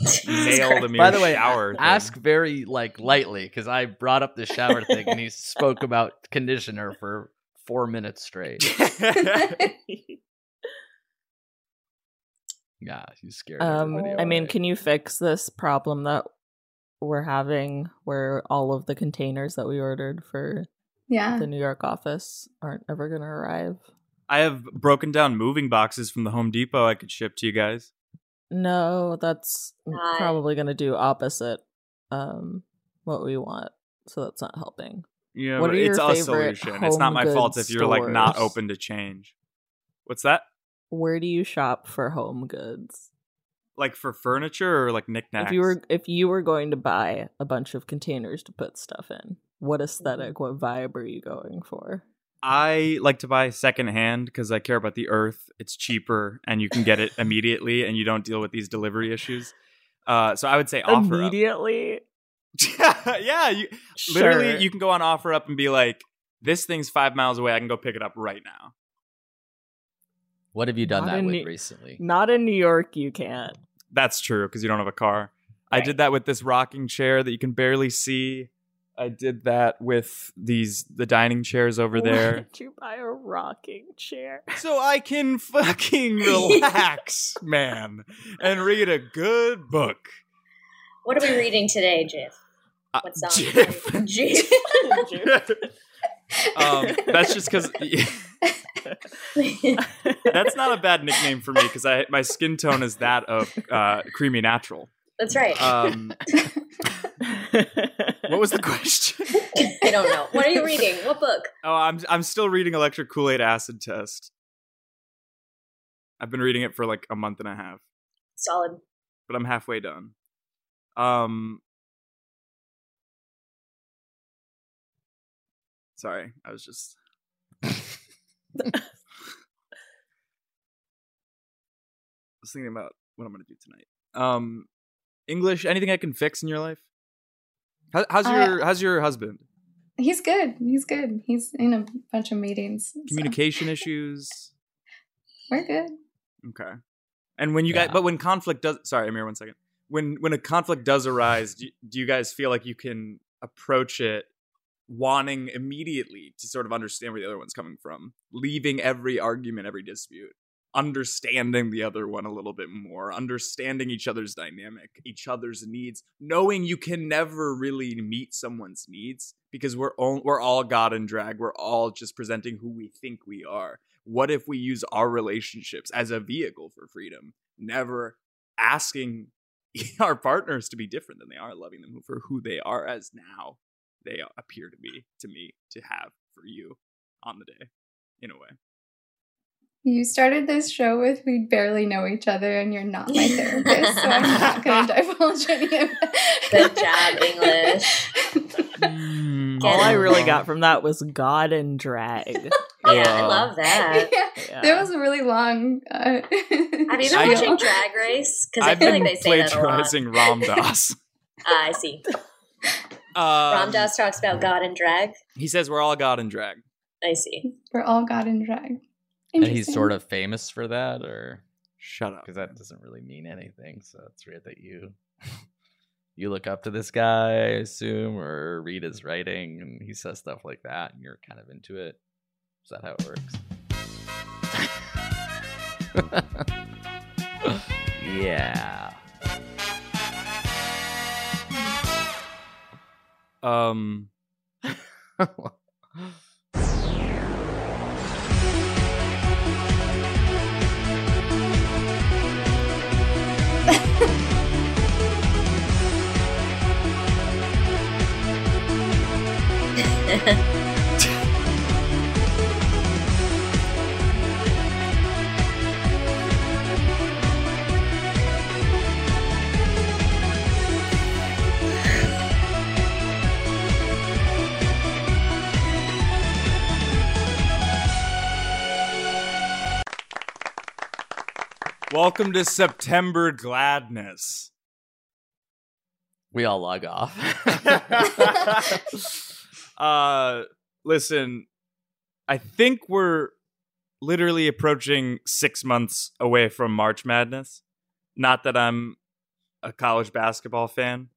Speaker 8: of nailed a
Speaker 3: By the way,
Speaker 8: shower. thing.
Speaker 3: ask very like lightly because I brought up the shower thing, and he spoke about conditioner for four minutes straight. <laughs>
Speaker 4: <laughs>
Speaker 3: yeah, he's scared.
Speaker 6: um,
Speaker 3: everybody
Speaker 6: I
Speaker 8: eh?
Speaker 6: mean,
Speaker 3: away.
Speaker 6: can you fix this problem that we're having where all of the containers that we ordered for
Speaker 9: <laughs> Yeah.
Speaker 6: the New York office aren't ever going to arrive?
Speaker 8: I have broken down moving boxes from the Home Depot I could ship to you guys.
Speaker 6: No, that's m-
Speaker 7: Hi.
Speaker 6: probably going to do opposite um what we want. So that's not helping.
Speaker 8: Yeah,
Speaker 6: What
Speaker 8: but
Speaker 6: are your
Speaker 8: it's a
Speaker 6: favorite
Speaker 8: solution. It's not my
Speaker 6: home
Speaker 8: fault
Speaker 6: goods
Speaker 8: if you're like not
Speaker 6: stores?
Speaker 8: open to change. What's that?
Speaker 6: Where do you shop for home goods?
Speaker 8: Like for furniture or like knickknacks?
Speaker 6: If you were if you were going to buy a bunch of containers to put stuff in, what aesthetic, what vibe are you going for?
Speaker 8: I like to buy secondhand because I care about the earth. It's cheaper and you can get it immediately, and you don't deal with these delivery issues. Uh, so I would say offer up.
Speaker 6: Immediately.
Speaker 8: <laughs> yeah, you, literally
Speaker 6: Sure.
Speaker 8: you can go on offer up and be like, "This thing's five miles away. I can go pick it up right now."
Speaker 3: What have you done
Speaker 6: Not
Speaker 3: that
Speaker 6: in
Speaker 3: with
Speaker 6: New-
Speaker 3: recently?
Speaker 6: Not in New York you can't.
Speaker 8: That's true because you don't have a car. I did that with this rocking chair that you can barely see. I did that with these the dining chairs over
Speaker 6: <laughs>
Speaker 8: there.
Speaker 7: <laughs>
Speaker 6: Why did you buy a rocking
Speaker 8: <laughs>
Speaker 6: chair? <laughs>
Speaker 8: so I
Speaker 7: <laughs>
Speaker 8: can fucking relax, man, and read a good book.
Speaker 7: What are we reading today, Jeff?
Speaker 8: Uh,
Speaker 7: What song? <laughs>
Speaker 4: <laughs>
Speaker 8: Jeff.
Speaker 7: Jeff.
Speaker 8: <laughs> um, that's just because <laughs>
Speaker 7: <laughs>
Speaker 8: that's not a bad nickname for me because I my skin tone is that of uh, creamy natural.
Speaker 7: That's right.
Speaker 8: Um, what was the <laughs> question?
Speaker 7: I don't know. What are you reading? What book?
Speaker 8: Oh, I'm I'm still reading Electric Kool Aid Acid Test. I've been reading it for like a month and a half.
Speaker 7: Solid.
Speaker 8: but I'm halfway done. Um, sorry, I was just. <laughs> I was thinking about what I'm gonna do tonight. Um, English, anything I can fix in your life? How, how's
Speaker 9: Uh,
Speaker 8: your How's your husband?
Speaker 9: He's good. He's good. He's in a bunch of meetings. so
Speaker 8: Communication issues.
Speaker 9: <laughs> We're good.
Speaker 8: Okay. And when you guys,
Speaker 3: Yeah.
Speaker 8: but when conflict does, sorry, Amir, one second. When when a conflict does arise, do, do you guys feel like you can approach it wanting immediately to sort of understand where the other one's coming from, leaving every argument, every dispute? understanding the other one a little bit more, understanding each other's dynamic, each other's needs, knowing you can never really meet someone's needs because we're all, we're all God and drag. We're all just presenting who we think we are. What if we use our relationships as a vehicle for freedom, never asking <laughs> our partners to be different than they are, loving them for who they are as now they appear to be to me to have for you on the day
Speaker 7: <laughs>
Speaker 8: in a way.
Speaker 9: You started this show with we barely know each other, and you're not my therapist, so I'm not
Speaker 7: <laughs>
Speaker 9: going to divulge any of that.
Speaker 7: Good job, English.
Speaker 6: <laughs>
Speaker 9: <laughs>
Speaker 8: Mm,
Speaker 6: All I really got from that was God and
Speaker 9: <laughs>
Speaker 6: drag.
Speaker 7: Oh, Yeah,
Speaker 8: uh,
Speaker 7: I love that.
Speaker 9: Yeah, That was a really long. Uh,
Speaker 7: Have you
Speaker 8: I-
Speaker 7: been watching Drag Race? Because I
Speaker 8: I've
Speaker 7: feel
Speaker 8: been
Speaker 7: like they say that a lot.
Speaker 8: plagiarizing
Speaker 7: <laughs>
Speaker 8: Ram Dass.
Speaker 7: Ah, I see.
Speaker 8: Um,
Speaker 7: Ram Dass talks about God and drag.
Speaker 8: He says we're all God and drag.
Speaker 7: I see.
Speaker 9: We're all God in drag.
Speaker 3: And he's sort of famous for that, or
Speaker 8: shut up,
Speaker 3: because that doesn't really mean anything. So it's weird that you <laughs> you look up to this guy, I assume, or read his writing, and he says stuff like that, and you're kind of into it. Is that how it works? <laughs> yeah.
Speaker 8: Um. Welcome to September Gladness.
Speaker 3: We all log off.
Speaker 8: <laughs> uh listen, I think we're literally approaching 6 months away from March Madness. Not that I'm a college basketball fan,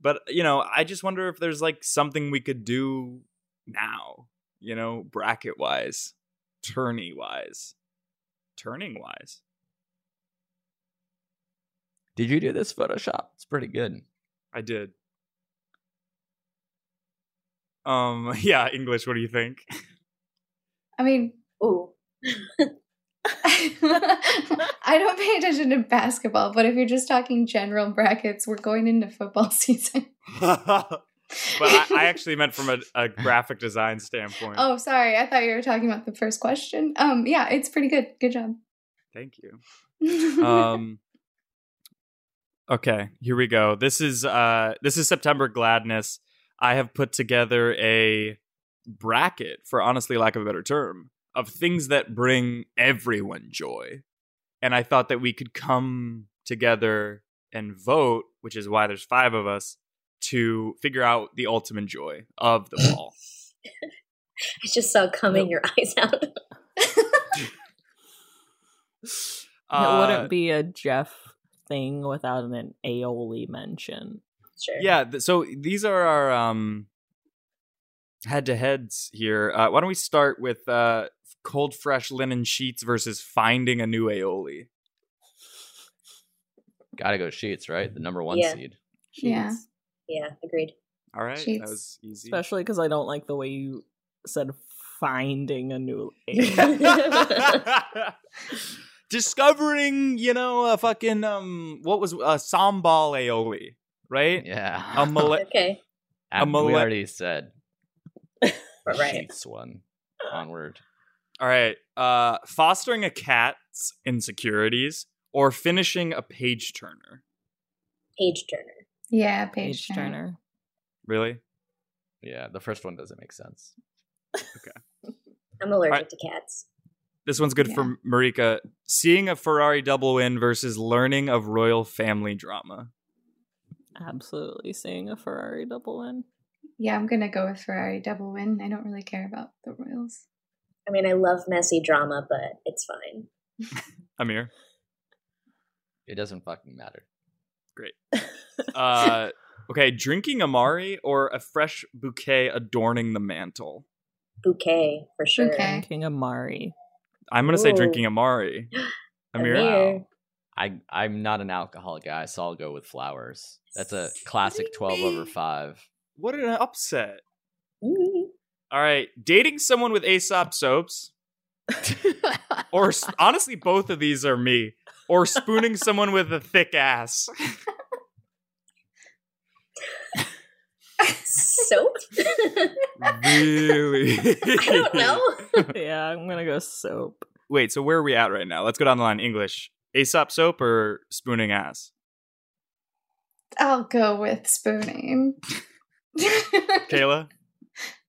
Speaker 8: but you know, I just wonder if there's like something we could do now, you know, bracket-wise, tourney-wise, turning-wise.
Speaker 3: Did you do this Photoshop? It's pretty good.
Speaker 8: I did. Um, <laughs> yeah, English, what do you think?
Speaker 9: I mean, <laughs>
Speaker 7: ooh.
Speaker 9: I don't pay attention to basketball, but if you're just talking general brackets, we're going into football <laughs> season.
Speaker 8: <laughs> but I, I actually meant from a, a graphic design standpoint.
Speaker 9: <laughs> Oh, sorry. I thought you were talking about the first question. Um, yeah, it's pretty good. Good job. <laughs>
Speaker 8: Thank you. Um, okay, here we go. This is uh, this is September gladness. I have put together a bracket, for honestly lack of a better term, of things that bring everyone joy, and I thought that we could come together and vote, which is why there's five of us to figure out the ultimate joy of the ball.
Speaker 7: I just saw coming your <laughs> eyes out.
Speaker 6: it
Speaker 8: Uh,
Speaker 6: wouldn't be a Jeff thing without an aioli mention.
Speaker 7: Sure.
Speaker 8: Yeah. Th- so these are our um head to heads here. Uh, why don't we start with uh cold fresh linen sheets versus finding a new aioli?
Speaker 3: Gotta go sheets, right? The number one
Speaker 7: Yeah.
Speaker 3: seed.
Speaker 9: Yeah.
Speaker 7: Yeah, agreed.
Speaker 8: All right,
Speaker 9: Sheets.
Speaker 8: that was easy.
Speaker 6: <laughs> Especially because I don't like the way you said finding a
Speaker 9: <laughs>
Speaker 6: new
Speaker 8: <laughs> Discovering, you know, a fucking um, what was a sambal aioli, right?
Speaker 3: Yeah. <laughs>
Speaker 8: A mole-
Speaker 7: Okay.
Speaker 3: Um, we
Speaker 8: mole-
Speaker 3: already said
Speaker 7: But right.
Speaker 3: sheets one. Onward.
Speaker 8: All right. Uh, fostering a cat's insecurities or finishing a page turner.
Speaker 7: Page Turner.
Speaker 9: Yeah, Paige
Speaker 6: page
Speaker 9: Turner.
Speaker 6: turner.
Speaker 8: Really?
Speaker 3: Yeah, the first one doesn't make sense.
Speaker 7: I'm allergic
Speaker 8: Alright.
Speaker 7: to cats.
Speaker 8: This one's good for Marika. Seeing a Ferrari double win versus learning of royal family drama.
Speaker 6: Absolutely seeing a Ferrari double
Speaker 9: <laughs>
Speaker 6: in. <laughs>
Speaker 9: Yeah, I'm gonna go with Ferrari double win. I don't really care about the Royals. <laughs>
Speaker 7: I mean, I love messy drama, but it's fine. <laughs>
Speaker 8: Amir,
Speaker 3: It doesn't fucking matter.
Speaker 8: great. Uh, okay, drinking Amari or a fresh bouquet adorning the mantle.
Speaker 7: Bouquet for sure.
Speaker 9: Okay.
Speaker 6: King Amari.
Speaker 9: <laughs>
Speaker 8: I'm gonna say
Speaker 7: Ooh. <gasps>
Speaker 8: drinking Amari. Amir?
Speaker 7: Amir.
Speaker 3: I I'm not an alcoholic guy, so I'll go with flowers. That's a classic twelve over five.
Speaker 8: What an upset. All right, dating someone with Aesop soaps,
Speaker 7: <laughs>
Speaker 8: or s- honestly, both of these are me. Or spooning someone with a
Speaker 7: <laughs>
Speaker 8: thick ass.
Speaker 7: Soap? <laughs>
Speaker 8: really?
Speaker 7: I
Speaker 8: <laughs>
Speaker 7: don't know.
Speaker 6: yeah, I'm gonna go soap.
Speaker 8: Wait, so where are we at right now? Let's go down the line. English. Aesop soap or spooning ass?
Speaker 9: I'll go with spooning. <laughs>
Speaker 8: Kayla?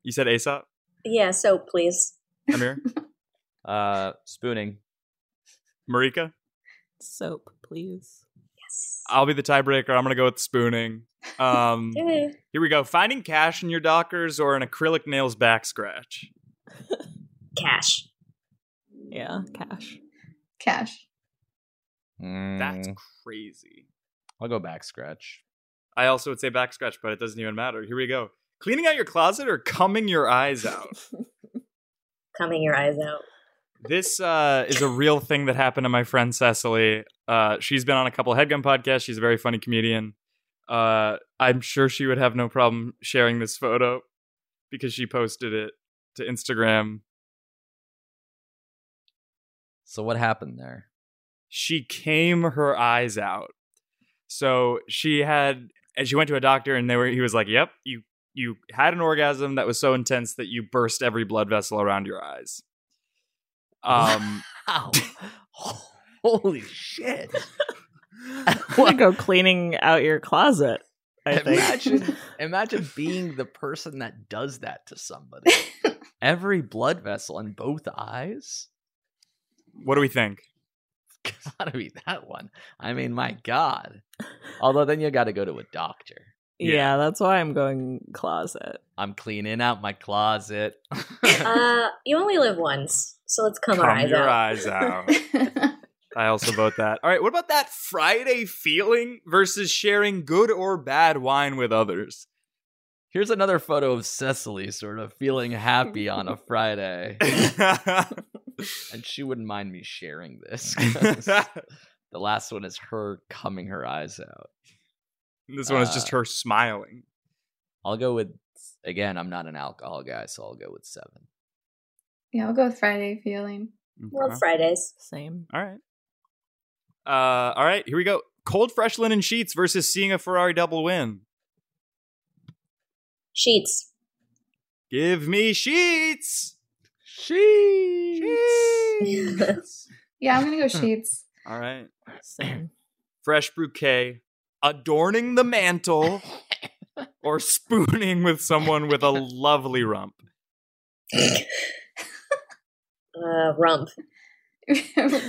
Speaker 8: You said Aesop?
Speaker 7: yeah, soap, please.
Speaker 8: Amir?
Speaker 3: Uh, spooning.
Speaker 8: Marika?
Speaker 6: Soap, please.
Speaker 8: I'll be the tiebreaker. I'm gonna go with spooning.
Speaker 7: <laughs>
Speaker 8: Um,
Speaker 7: Okay.
Speaker 8: here we go. Finding cash in your dockers or an acrylic nails back scratch.
Speaker 7: Cash.
Speaker 6: Yeah, cash.
Speaker 9: Cash.
Speaker 8: That's
Speaker 3: Mm,
Speaker 8: crazy.
Speaker 3: I'll go back scratch.
Speaker 8: I also would say back scratch, but it doesn't even matter. Here we go. Cleaning out your closet or cumming your eyes out.
Speaker 6: <laughs>
Speaker 7: Coming your eyes out.
Speaker 8: this uh, is a real thing that happened to my friend Cecily. Uh, she's been on a couple headgun podcasts. She's a very funny comedian. Uh, I'm sure she would have no problem sharing this photo because she posted it to Instagram.
Speaker 3: So what happened there?
Speaker 8: she came her eyes out. So she had, and she went to a doctor, and they were. He was like, "Yep, you you had an orgasm that was so intense that you burst every blood vessel around
Speaker 3: <laughs>
Speaker 8: your eyes." Um,
Speaker 3: Ow. <laughs> Holy
Speaker 6: <laughs>
Speaker 3: shit.
Speaker 6: I'm gonna go cleaning out your closet. I think. <laughs>
Speaker 3: Imagine, imagine
Speaker 9: <laughs>
Speaker 3: being the person that does that to somebody. Every blood vessel in both eyes.
Speaker 8: what do we think?
Speaker 3: <laughs> Gotta be that one. I mean, my God. Although then you gotta go to a doctor.
Speaker 6: yeah. that's why I'm going closet.
Speaker 3: I'm cleaning out my closet. <laughs>
Speaker 7: Uh, you only live once, so let's come,
Speaker 8: Come
Speaker 7: our eyes out.
Speaker 8: your
Speaker 7: <laughs>
Speaker 8: eyes out. I also vote that. All right, what about that Friday feeling versus sharing good or bad wine with <laughs> others?
Speaker 3: Here's another photo of Cecily sort of feeling happy on a Friday. and she wouldn't mind me sharing this. 'cause the last one is her cumming her eyes out.
Speaker 8: This one is just
Speaker 3: Uh,
Speaker 8: her smiling.
Speaker 3: I'll go with again, I'm not an alcohol guy, so I'll go with
Speaker 8: <laughs>
Speaker 3: seven.
Speaker 9: Yeah, I'll go with Friday feeling.
Speaker 8: Uh-huh.
Speaker 7: Love Fridays.
Speaker 6: <laughs> Same.
Speaker 8: All right. Uh, all right, here we go. Cold fresh linen sheets versus seeing a Ferrari double win.
Speaker 7: Sheets.
Speaker 8: Give me sheets.
Speaker 7: <laughs> Sheets.
Speaker 9: Yeah, I'm
Speaker 8: <laughs>
Speaker 9: gonna go sheets. <laughs>
Speaker 8: All right.
Speaker 3: <clears throat>
Speaker 6: Same.
Speaker 8: Fresh bouquet, adorning
Speaker 3: <laughs>
Speaker 8: the mantle, or spooning with someone with a lovely rump.
Speaker 7: Uh, rump.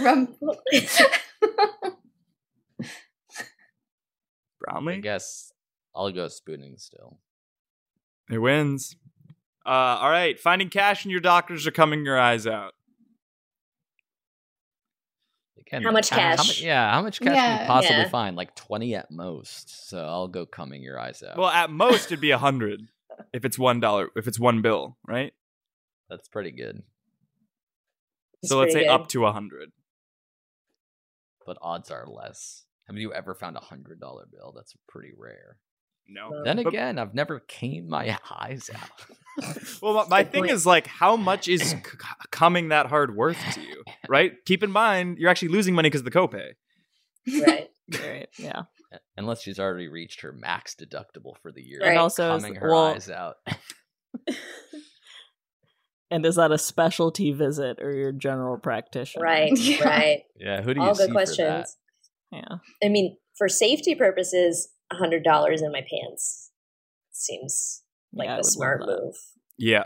Speaker 9: Rump.
Speaker 3: I
Speaker 8: Brownlee,
Speaker 3: guess I'll go spooning still.
Speaker 8: it wins. Uh, all right, finding cash and your doctors are coming your eyes out.
Speaker 3: Again,
Speaker 7: How much
Speaker 3: <laughs> How
Speaker 7: cash?
Speaker 3: much, yeah, how much cash can
Speaker 9: Yeah.
Speaker 3: you possibly
Speaker 7: Yeah.
Speaker 3: find? Like twenty at most. So I'll go cumming your eyes out.
Speaker 8: Well, at most it'd be a hundred
Speaker 3: <laughs>
Speaker 8: if it's one dollar, if it's one bill, right?
Speaker 3: That's pretty good.
Speaker 8: so let's say up to a hundred.
Speaker 3: But odds are less. Have you ever found a hundred dollar bill? That's pretty rare.
Speaker 8: No.
Speaker 3: Then
Speaker 8: Uh, But-
Speaker 3: again, I've never caned my <laughs> eyes out.
Speaker 8: Well, my, my thing is like, how
Speaker 3: <coughs>
Speaker 8: much is c- c- coming that hard worth to you, right? Keep in mind, you're actually losing money because of the copay.
Speaker 7: Right.
Speaker 6: Right. Yeah.
Speaker 3: Unless she's already reached her max deductible for the year.
Speaker 7: Right.
Speaker 6: And also, is-
Speaker 3: Cumming her
Speaker 6: well,
Speaker 3: eyes
Speaker 6: <laughs>
Speaker 3: out.
Speaker 6: and is that a specialty visit or your general practitioner?
Speaker 7: Right.
Speaker 9: Yeah.
Speaker 7: Right.
Speaker 3: Yeah, who do you
Speaker 7: All
Speaker 3: see
Speaker 7: good questions.
Speaker 6: Yeah.
Speaker 7: I mean, for safety purposes, hundred dollars in my pants seems like
Speaker 6: yeah, I
Speaker 7: a
Speaker 6: would love
Speaker 7: smart
Speaker 6: that.
Speaker 7: move.
Speaker 8: Yeah,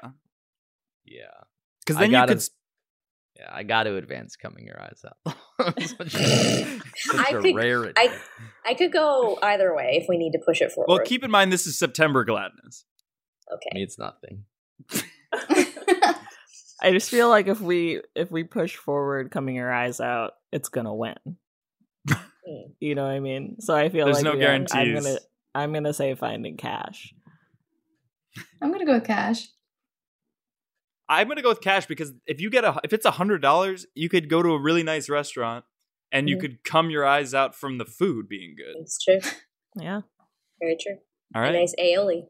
Speaker 3: Yeah.
Speaker 8: because
Speaker 3: I
Speaker 8: then you
Speaker 3: gotta-
Speaker 8: could. s-
Speaker 3: Yeah, I got to advance cumming your eyes out. such a, such
Speaker 7: I
Speaker 3: a
Speaker 7: could-
Speaker 3: rarity.
Speaker 7: I I could go either way if we need to push it forward.
Speaker 8: Well, keep in mind, this is September gladness.
Speaker 7: okay.
Speaker 3: Means nothing.
Speaker 6: I just feel like if we if we push forward, coming your eyes out, it's gonna win.
Speaker 7: Mm.
Speaker 6: You know what I mean? So I feel
Speaker 8: There's
Speaker 6: like
Speaker 8: no
Speaker 6: yeah, I'm- I'm
Speaker 8: guarantees.
Speaker 6: gonna I'm gonna say finding cash.
Speaker 9: <laughs> I'm gonna go with cash.
Speaker 8: I'm gonna go with cash because if you get a, if it's a hundred dollars, you could go to a really nice restaurant and you
Speaker 7: Mhm.
Speaker 8: could cum your eyes out from the food being good.
Speaker 7: It's true.
Speaker 6: Yeah.
Speaker 7: Very true.
Speaker 8: All
Speaker 7: A
Speaker 8: <laughs> right.
Speaker 7: nice aioli.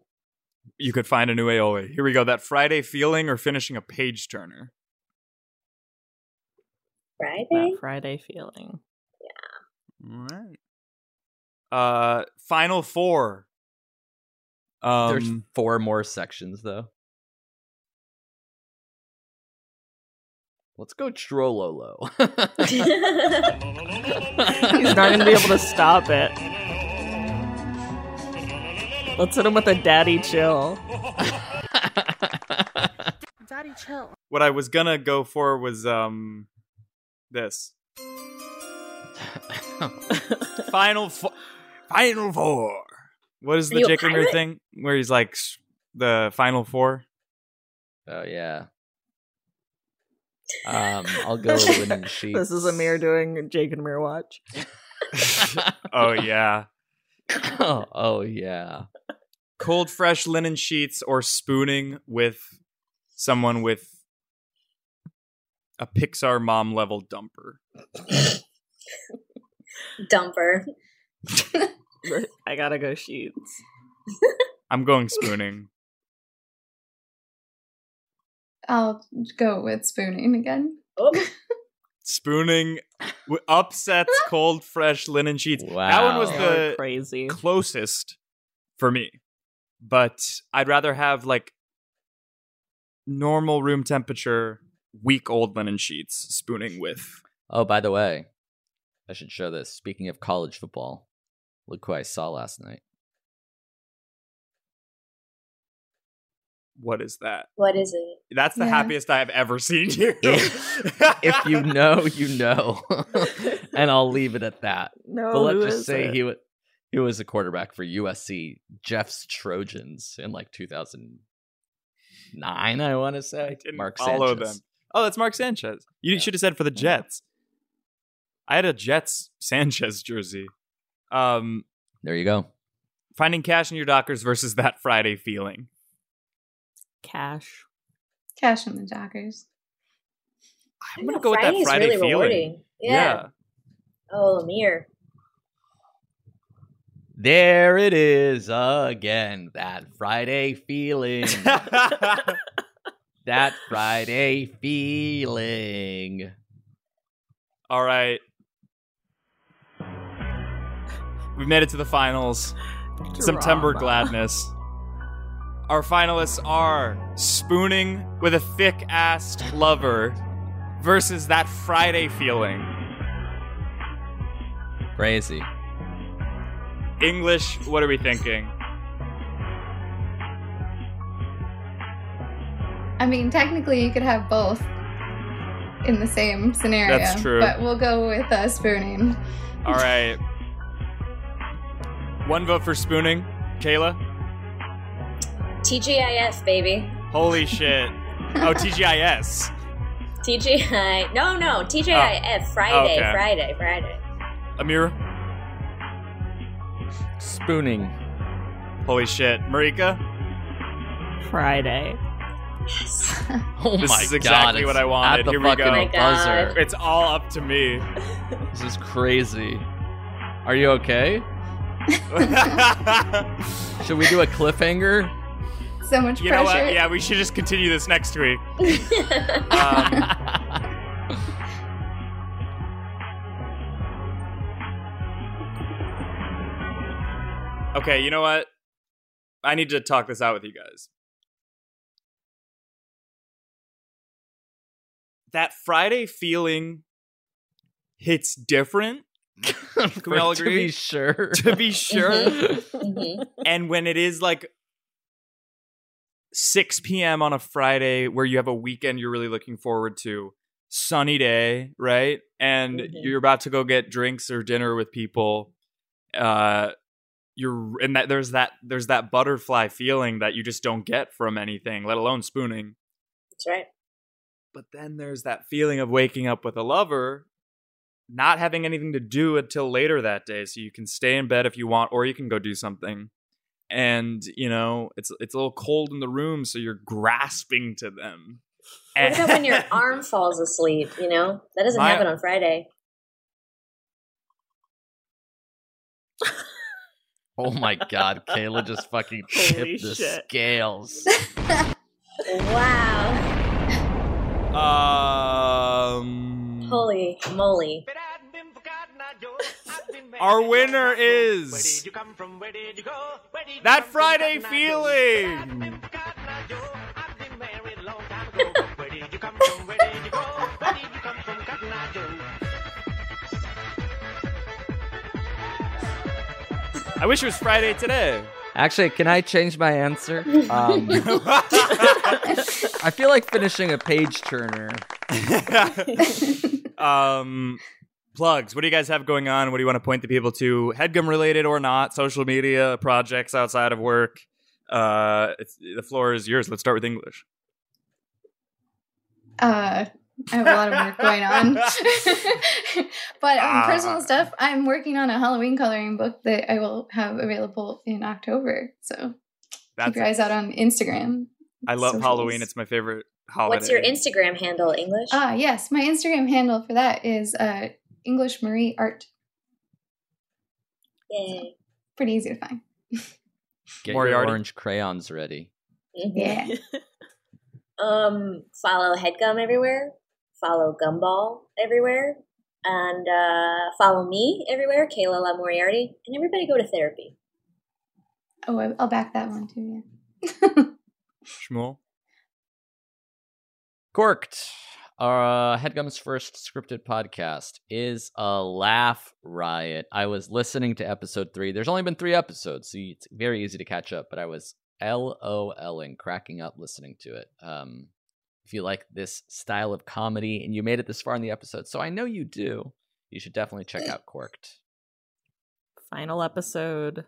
Speaker 8: You could find a new aioli. Here we go. That Friday feeling or finishing a page turner.
Speaker 7: Friday?
Speaker 6: That Friday feeling.
Speaker 8: All right. Uh, final four. Um,
Speaker 3: There's four more sections though. Let's go
Speaker 6: <laughs>
Speaker 3: Trololo.
Speaker 6: He's not going to be able to stop it. Let's hit him with a daddy chill.
Speaker 12: Daddy, chill.
Speaker 8: What I was gonna go for was um,
Speaker 13: <laughs>
Speaker 8: this. final four. Final four. What is
Speaker 13: Are
Speaker 8: the
Speaker 13: you a
Speaker 8: Jake Linger
Speaker 13: pirate?
Speaker 8: thing where he's like s- the
Speaker 13: <laughs>
Speaker 8: final four?
Speaker 3: <laughs> Oh
Speaker 6: <laughs>
Speaker 3: yeah. Um, I'll go winning sheep.
Speaker 6: This is Amir doing Jake and Amir watch.
Speaker 8: Oh yeah.
Speaker 3: oh, yeah.
Speaker 8: Cold fresh linen sheets or spooning with someone with a Pixar mom level dumper.
Speaker 7: <laughs> Dumper.
Speaker 6: I gotta go sheets.
Speaker 8: I'm going spooning.
Speaker 9: I'll go with spooning again.
Speaker 7: Oh,
Speaker 8: spooning w- upsets cold fresh linen sheets. That one was
Speaker 6: Wow.
Speaker 8: the
Speaker 6: crazy
Speaker 8: closest for me. But I'd rather have like normal room temperature week old linen sheets spooning with.
Speaker 3: Oh, by the way, I should show this. Speaking of college football, look who I saw last night.
Speaker 8: What is that?
Speaker 7: What is it?
Speaker 8: That's the
Speaker 7: Yeah.
Speaker 8: happiest I've ever seen you.
Speaker 3: <laughs> if
Speaker 8: <laughs>
Speaker 3: you know, you know. and I'll leave it at that.
Speaker 6: No,
Speaker 8: Oh,
Speaker 3: but let's
Speaker 6: who
Speaker 3: just
Speaker 6: is
Speaker 3: say
Speaker 6: it?
Speaker 3: he was he was a quarterback for USC Jeff's Trojans in like 2009, I want to say. Mark
Speaker 8: follow
Speaker 3: Sanchez.
Speaker 8: them. Oh, that's Mark Sanchez. You should have said for the Jets. I had a Jets Sanchez jersey. Um,
Speaker 3: there you go.
Speaker 8: Finding cash in your Dockers versus that Friday feeling.
Speaker 6: cash.
Speaker 9: Cash in the Dockers.
Speaker 8: I'm gonna go with that
Speaker 7: Friday's
Speaker 8: Friday
Speaker 7: really
Speaker 8: feeling.
Speaker 7: rewarding. Yeah. Oh, Amir.
Speaker 3: There it is again. That Friday feeling.
Speaker 8: <laughs>
Speaker 3: that Friday feeling.
Speaker 8: All right. We've made it to the finals. <laughs> September
Speaker 3: Drama.
Speaker 8: gladness. Our finalists are spooning with a thick assed lover versus that Friday feeling.
Speaker 3: Crazy.
Speaker 8: English, what are we thinking?
Speaker 9: I mean, technically, you could have both in the same scenario.
Speaker 8: That's true.
Speaker 9: But we'll go with uh, spooning.
Speaker 8: All right. One vote for spooning. Kayla?
Speaker 7: TGIF, baby.
Speaker 8: Holy shit. Oh, TGIS.
Speaker 7: TGI. No, no. TGIF. Friday,
Speaker 8: Oh. Okay.
Speaker 7: Friday,
Speaker 8: <laughs>
Speaker 7: Friday. <laughs>
Speaker 8: Amir?
Speaker 3: Spooning.
Speaker 8: Holy shit. Marika?
Speaker 6: Friday.
Speaker 7: Yes.
Speaker 3: Oh
Speaker 8: this
Speaker 3: my
Speaker 8: is exactly
Speaker 3: God,
Speaker 8: what
Speaker 3: it's
Speaker 8: I wanted.
Speaker 3: at the
Speaker 8: Here we go.
Speaker 3: fucking Oh my buzzer. God.
Speaker 8: It's all up to me. <laughs>
Speaker 3: This is crazy. Are you okay? Should we do a cliffhanger?
Speaker 9: So much
Speaker 8: You know
Speaker 9: pressure.
Speaker 8: what? Yeah, we should just continue this next week. Um,
Speaker 9: <laughs>
Speaker 8: Okay, you know what? I need to talk this out with you guys. That Friday feeling
Speaker 3: <laughs>
Speaker 8: hits different. Can we all
Speaker 3: To
Speaker 8: agree?
Speaker 3: be sure.
Speaker 8: to be
Speaker 3: <laughs>
Speaker 8: sure.
Speaker 7: Mhm.
Speaker 8: and when it is like 6 p.m. on a Friday where you have a weekend you're really looking forward to, sunny day, right? And you're about to go get drinks or dinner with people. Uh, you're and that there's that there's that butterfly feeling that you just don't get from anything, let alone spooning.
Speaker 7: That's right.
Speaker 8: But then there's that feeling of waking up with a lover, not having anything to do until later that day, so you can stay in bed if you want, or you can go do something. And you know, it's it's a little cold in the room, so you're grasping to them. <laughs>
Speaker 7: What about when your arm falls asleep? You know that doesn't
Speaker 8: Eh. My-
Speaker 7: happen on Friday.
Speaker 3: Oh my god, Kayla just fucking <laughs> tipped the
Speaker 6: shit.
Speaker 3: scales.
Speaker 7: Wow.
Speaker 8: Um,
Speaker 7: Holy moly.
Speaker 8: our winner is that Friday feeling. I wish it was Friday today. <laughs>
Speaker 3: Actually, can I change my answer? Um, I feel like finishing a page turner.
Speaker 8: um plugs what do you guys have going on what do you want to point the people to headgum related or not social media projects outside of work uh it's, the floor is yours let's start with english
Speaker 9: <laughs> Uh, I have a lot of work going on. but
Speaker 8: Ah.
Speaker 9: on <laughs> personal stuff, I'm working on a Halloween coloring book that I will have available in October. So
Speaker 8: That's
Speaker 9: keep your eyes out on Instagram.
Speaker 8: i love
Speaker 9: socials.
Speaker 8: halloween it's my favorite holiday
Speaker 7: What's your Instagram handle, English?
Speaker 9: Ah, yes. My Instagram handle for that is uh, English Marie Art.
Speaker 7: Yay.
Speaker 9: Pretty easy to find.
Speaker 3: Get your
Speaker 8: Moriarty.
Speaker 3: orange crayons ready.
Speaker 7: Mm-hmm.
Speaker 9: Yeah.
Speaker 7: Um, follow Headgum everywhere. Follow Gumball everywhere. And uh, follow me everywhere, Kayla La Moriarty. And everybody go to therapy.
Speaker 9: Oh, I- I'll back that one too. <laughs>
Speaker 8: Shmuel?
Speaker 3: Corked. Our uh, Headgum's first scripted podcast is a laugh riot. I was listening to episode three. There's only been three episodes, so it's very easy to catch up. But I was LOLing, cracking up listening to it. Um, if you like this style of comedy and you made it this far in the episode, so I know you do, you should definitely
Speaker 8: <clears throat>
Speaker 3: check out Corked.
Speaker 6: Final episode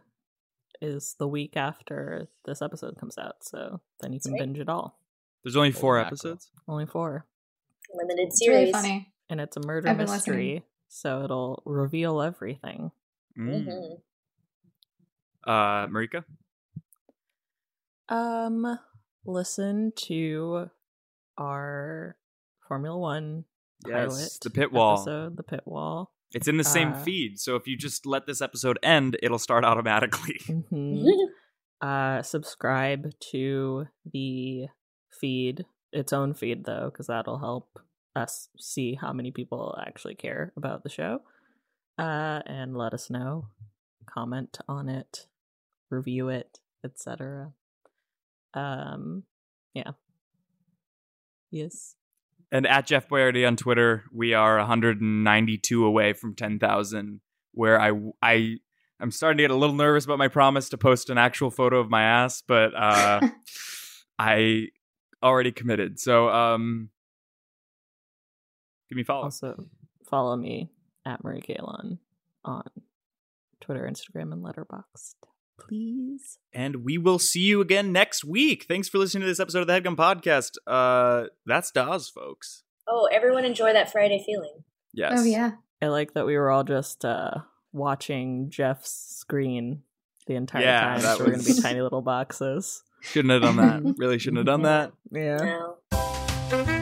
Speaker 6: is the week after this episode comes out, so then you can binge it all.
Speaker 8: there's only four
Speaker 6: Holy mackerel.
Speaker 8: episodes
Speaker 6: Only four.
Speaker 7: Limited
Speaker 9: Yeah.
Speaker 7: series.
Speaker 9: Really funny.
Speaker 6: And it's a murder
Speaker 9: I've been
Speaker 6: mystery,
Speaker 9: listening.
Speaker 6: so it'll reveal everything.
Speaker 7: Mhm.
Speaker 8: Mm. uh marika
Speaker 6: Um, listen to our Formula One
Speaker 8: Yes,
Speaker 6: pilot
Speaker 8: the pit wall.
Speaker 6: episode, the pit
Speaker 8: <laughs>
Speaker 6: wall.
Speaker 8: it's in the same
Speaker 6: Uh,
Speaker 8: feed so if you just let this episode end it'll start automatically
Speaker 7: Mm-hmm.
Speaker 6: Mhm.
Speaker 8: Mm-hmm.
Speaker 6: uh, subscribe to the feed, its own feed though, because that'll help us see how many people actually care about the show. Uh, and let us know, comment on it, review it, etc. Um, yeah. Yes.
Speaker 8: and at Jeff Boyardi on Twitter, we are 192 away from 10,000. Where I I I'm starting to get a little nervous about my promise to post an actual photo of my ass, but
Speaker 9: <laughs>
Speaker 8: uh, I already committed. So um, give me follow.
Speaker 6: Also, follow me at Marie Kalon on Twitter, Instagram, and Letterboxd, please.
Speaker 8: And we will see you again next week. Thanks for listening to this episode of the Headgum Podcast. Uh, that's Dawes, folks.
Speaker 7: <laughs> Oh, everyone enjoy that Friday feeling.
Speaker 8: Yes.
Speaker 9: Oh, yeah.
Speaker 6: I like that we were all just uh, watching Jeff's screen the entire
Speaker 8: Yeah,
Speaker 6: time.
Speaker 8: that
Speaker 6: So we're going to
Speaker 8: was-
Speaker 6: be tiny little boxes.
Speaker 8: Shouldn't have done
Speaker 9: <laughs>
Speaker 8: that. really shouldn't have done that.
Speaker 6: Yeah.
Speaker 7: No.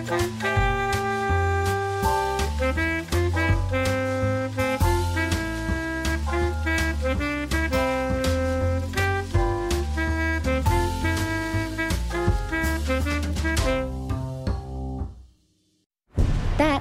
Speaker 12: That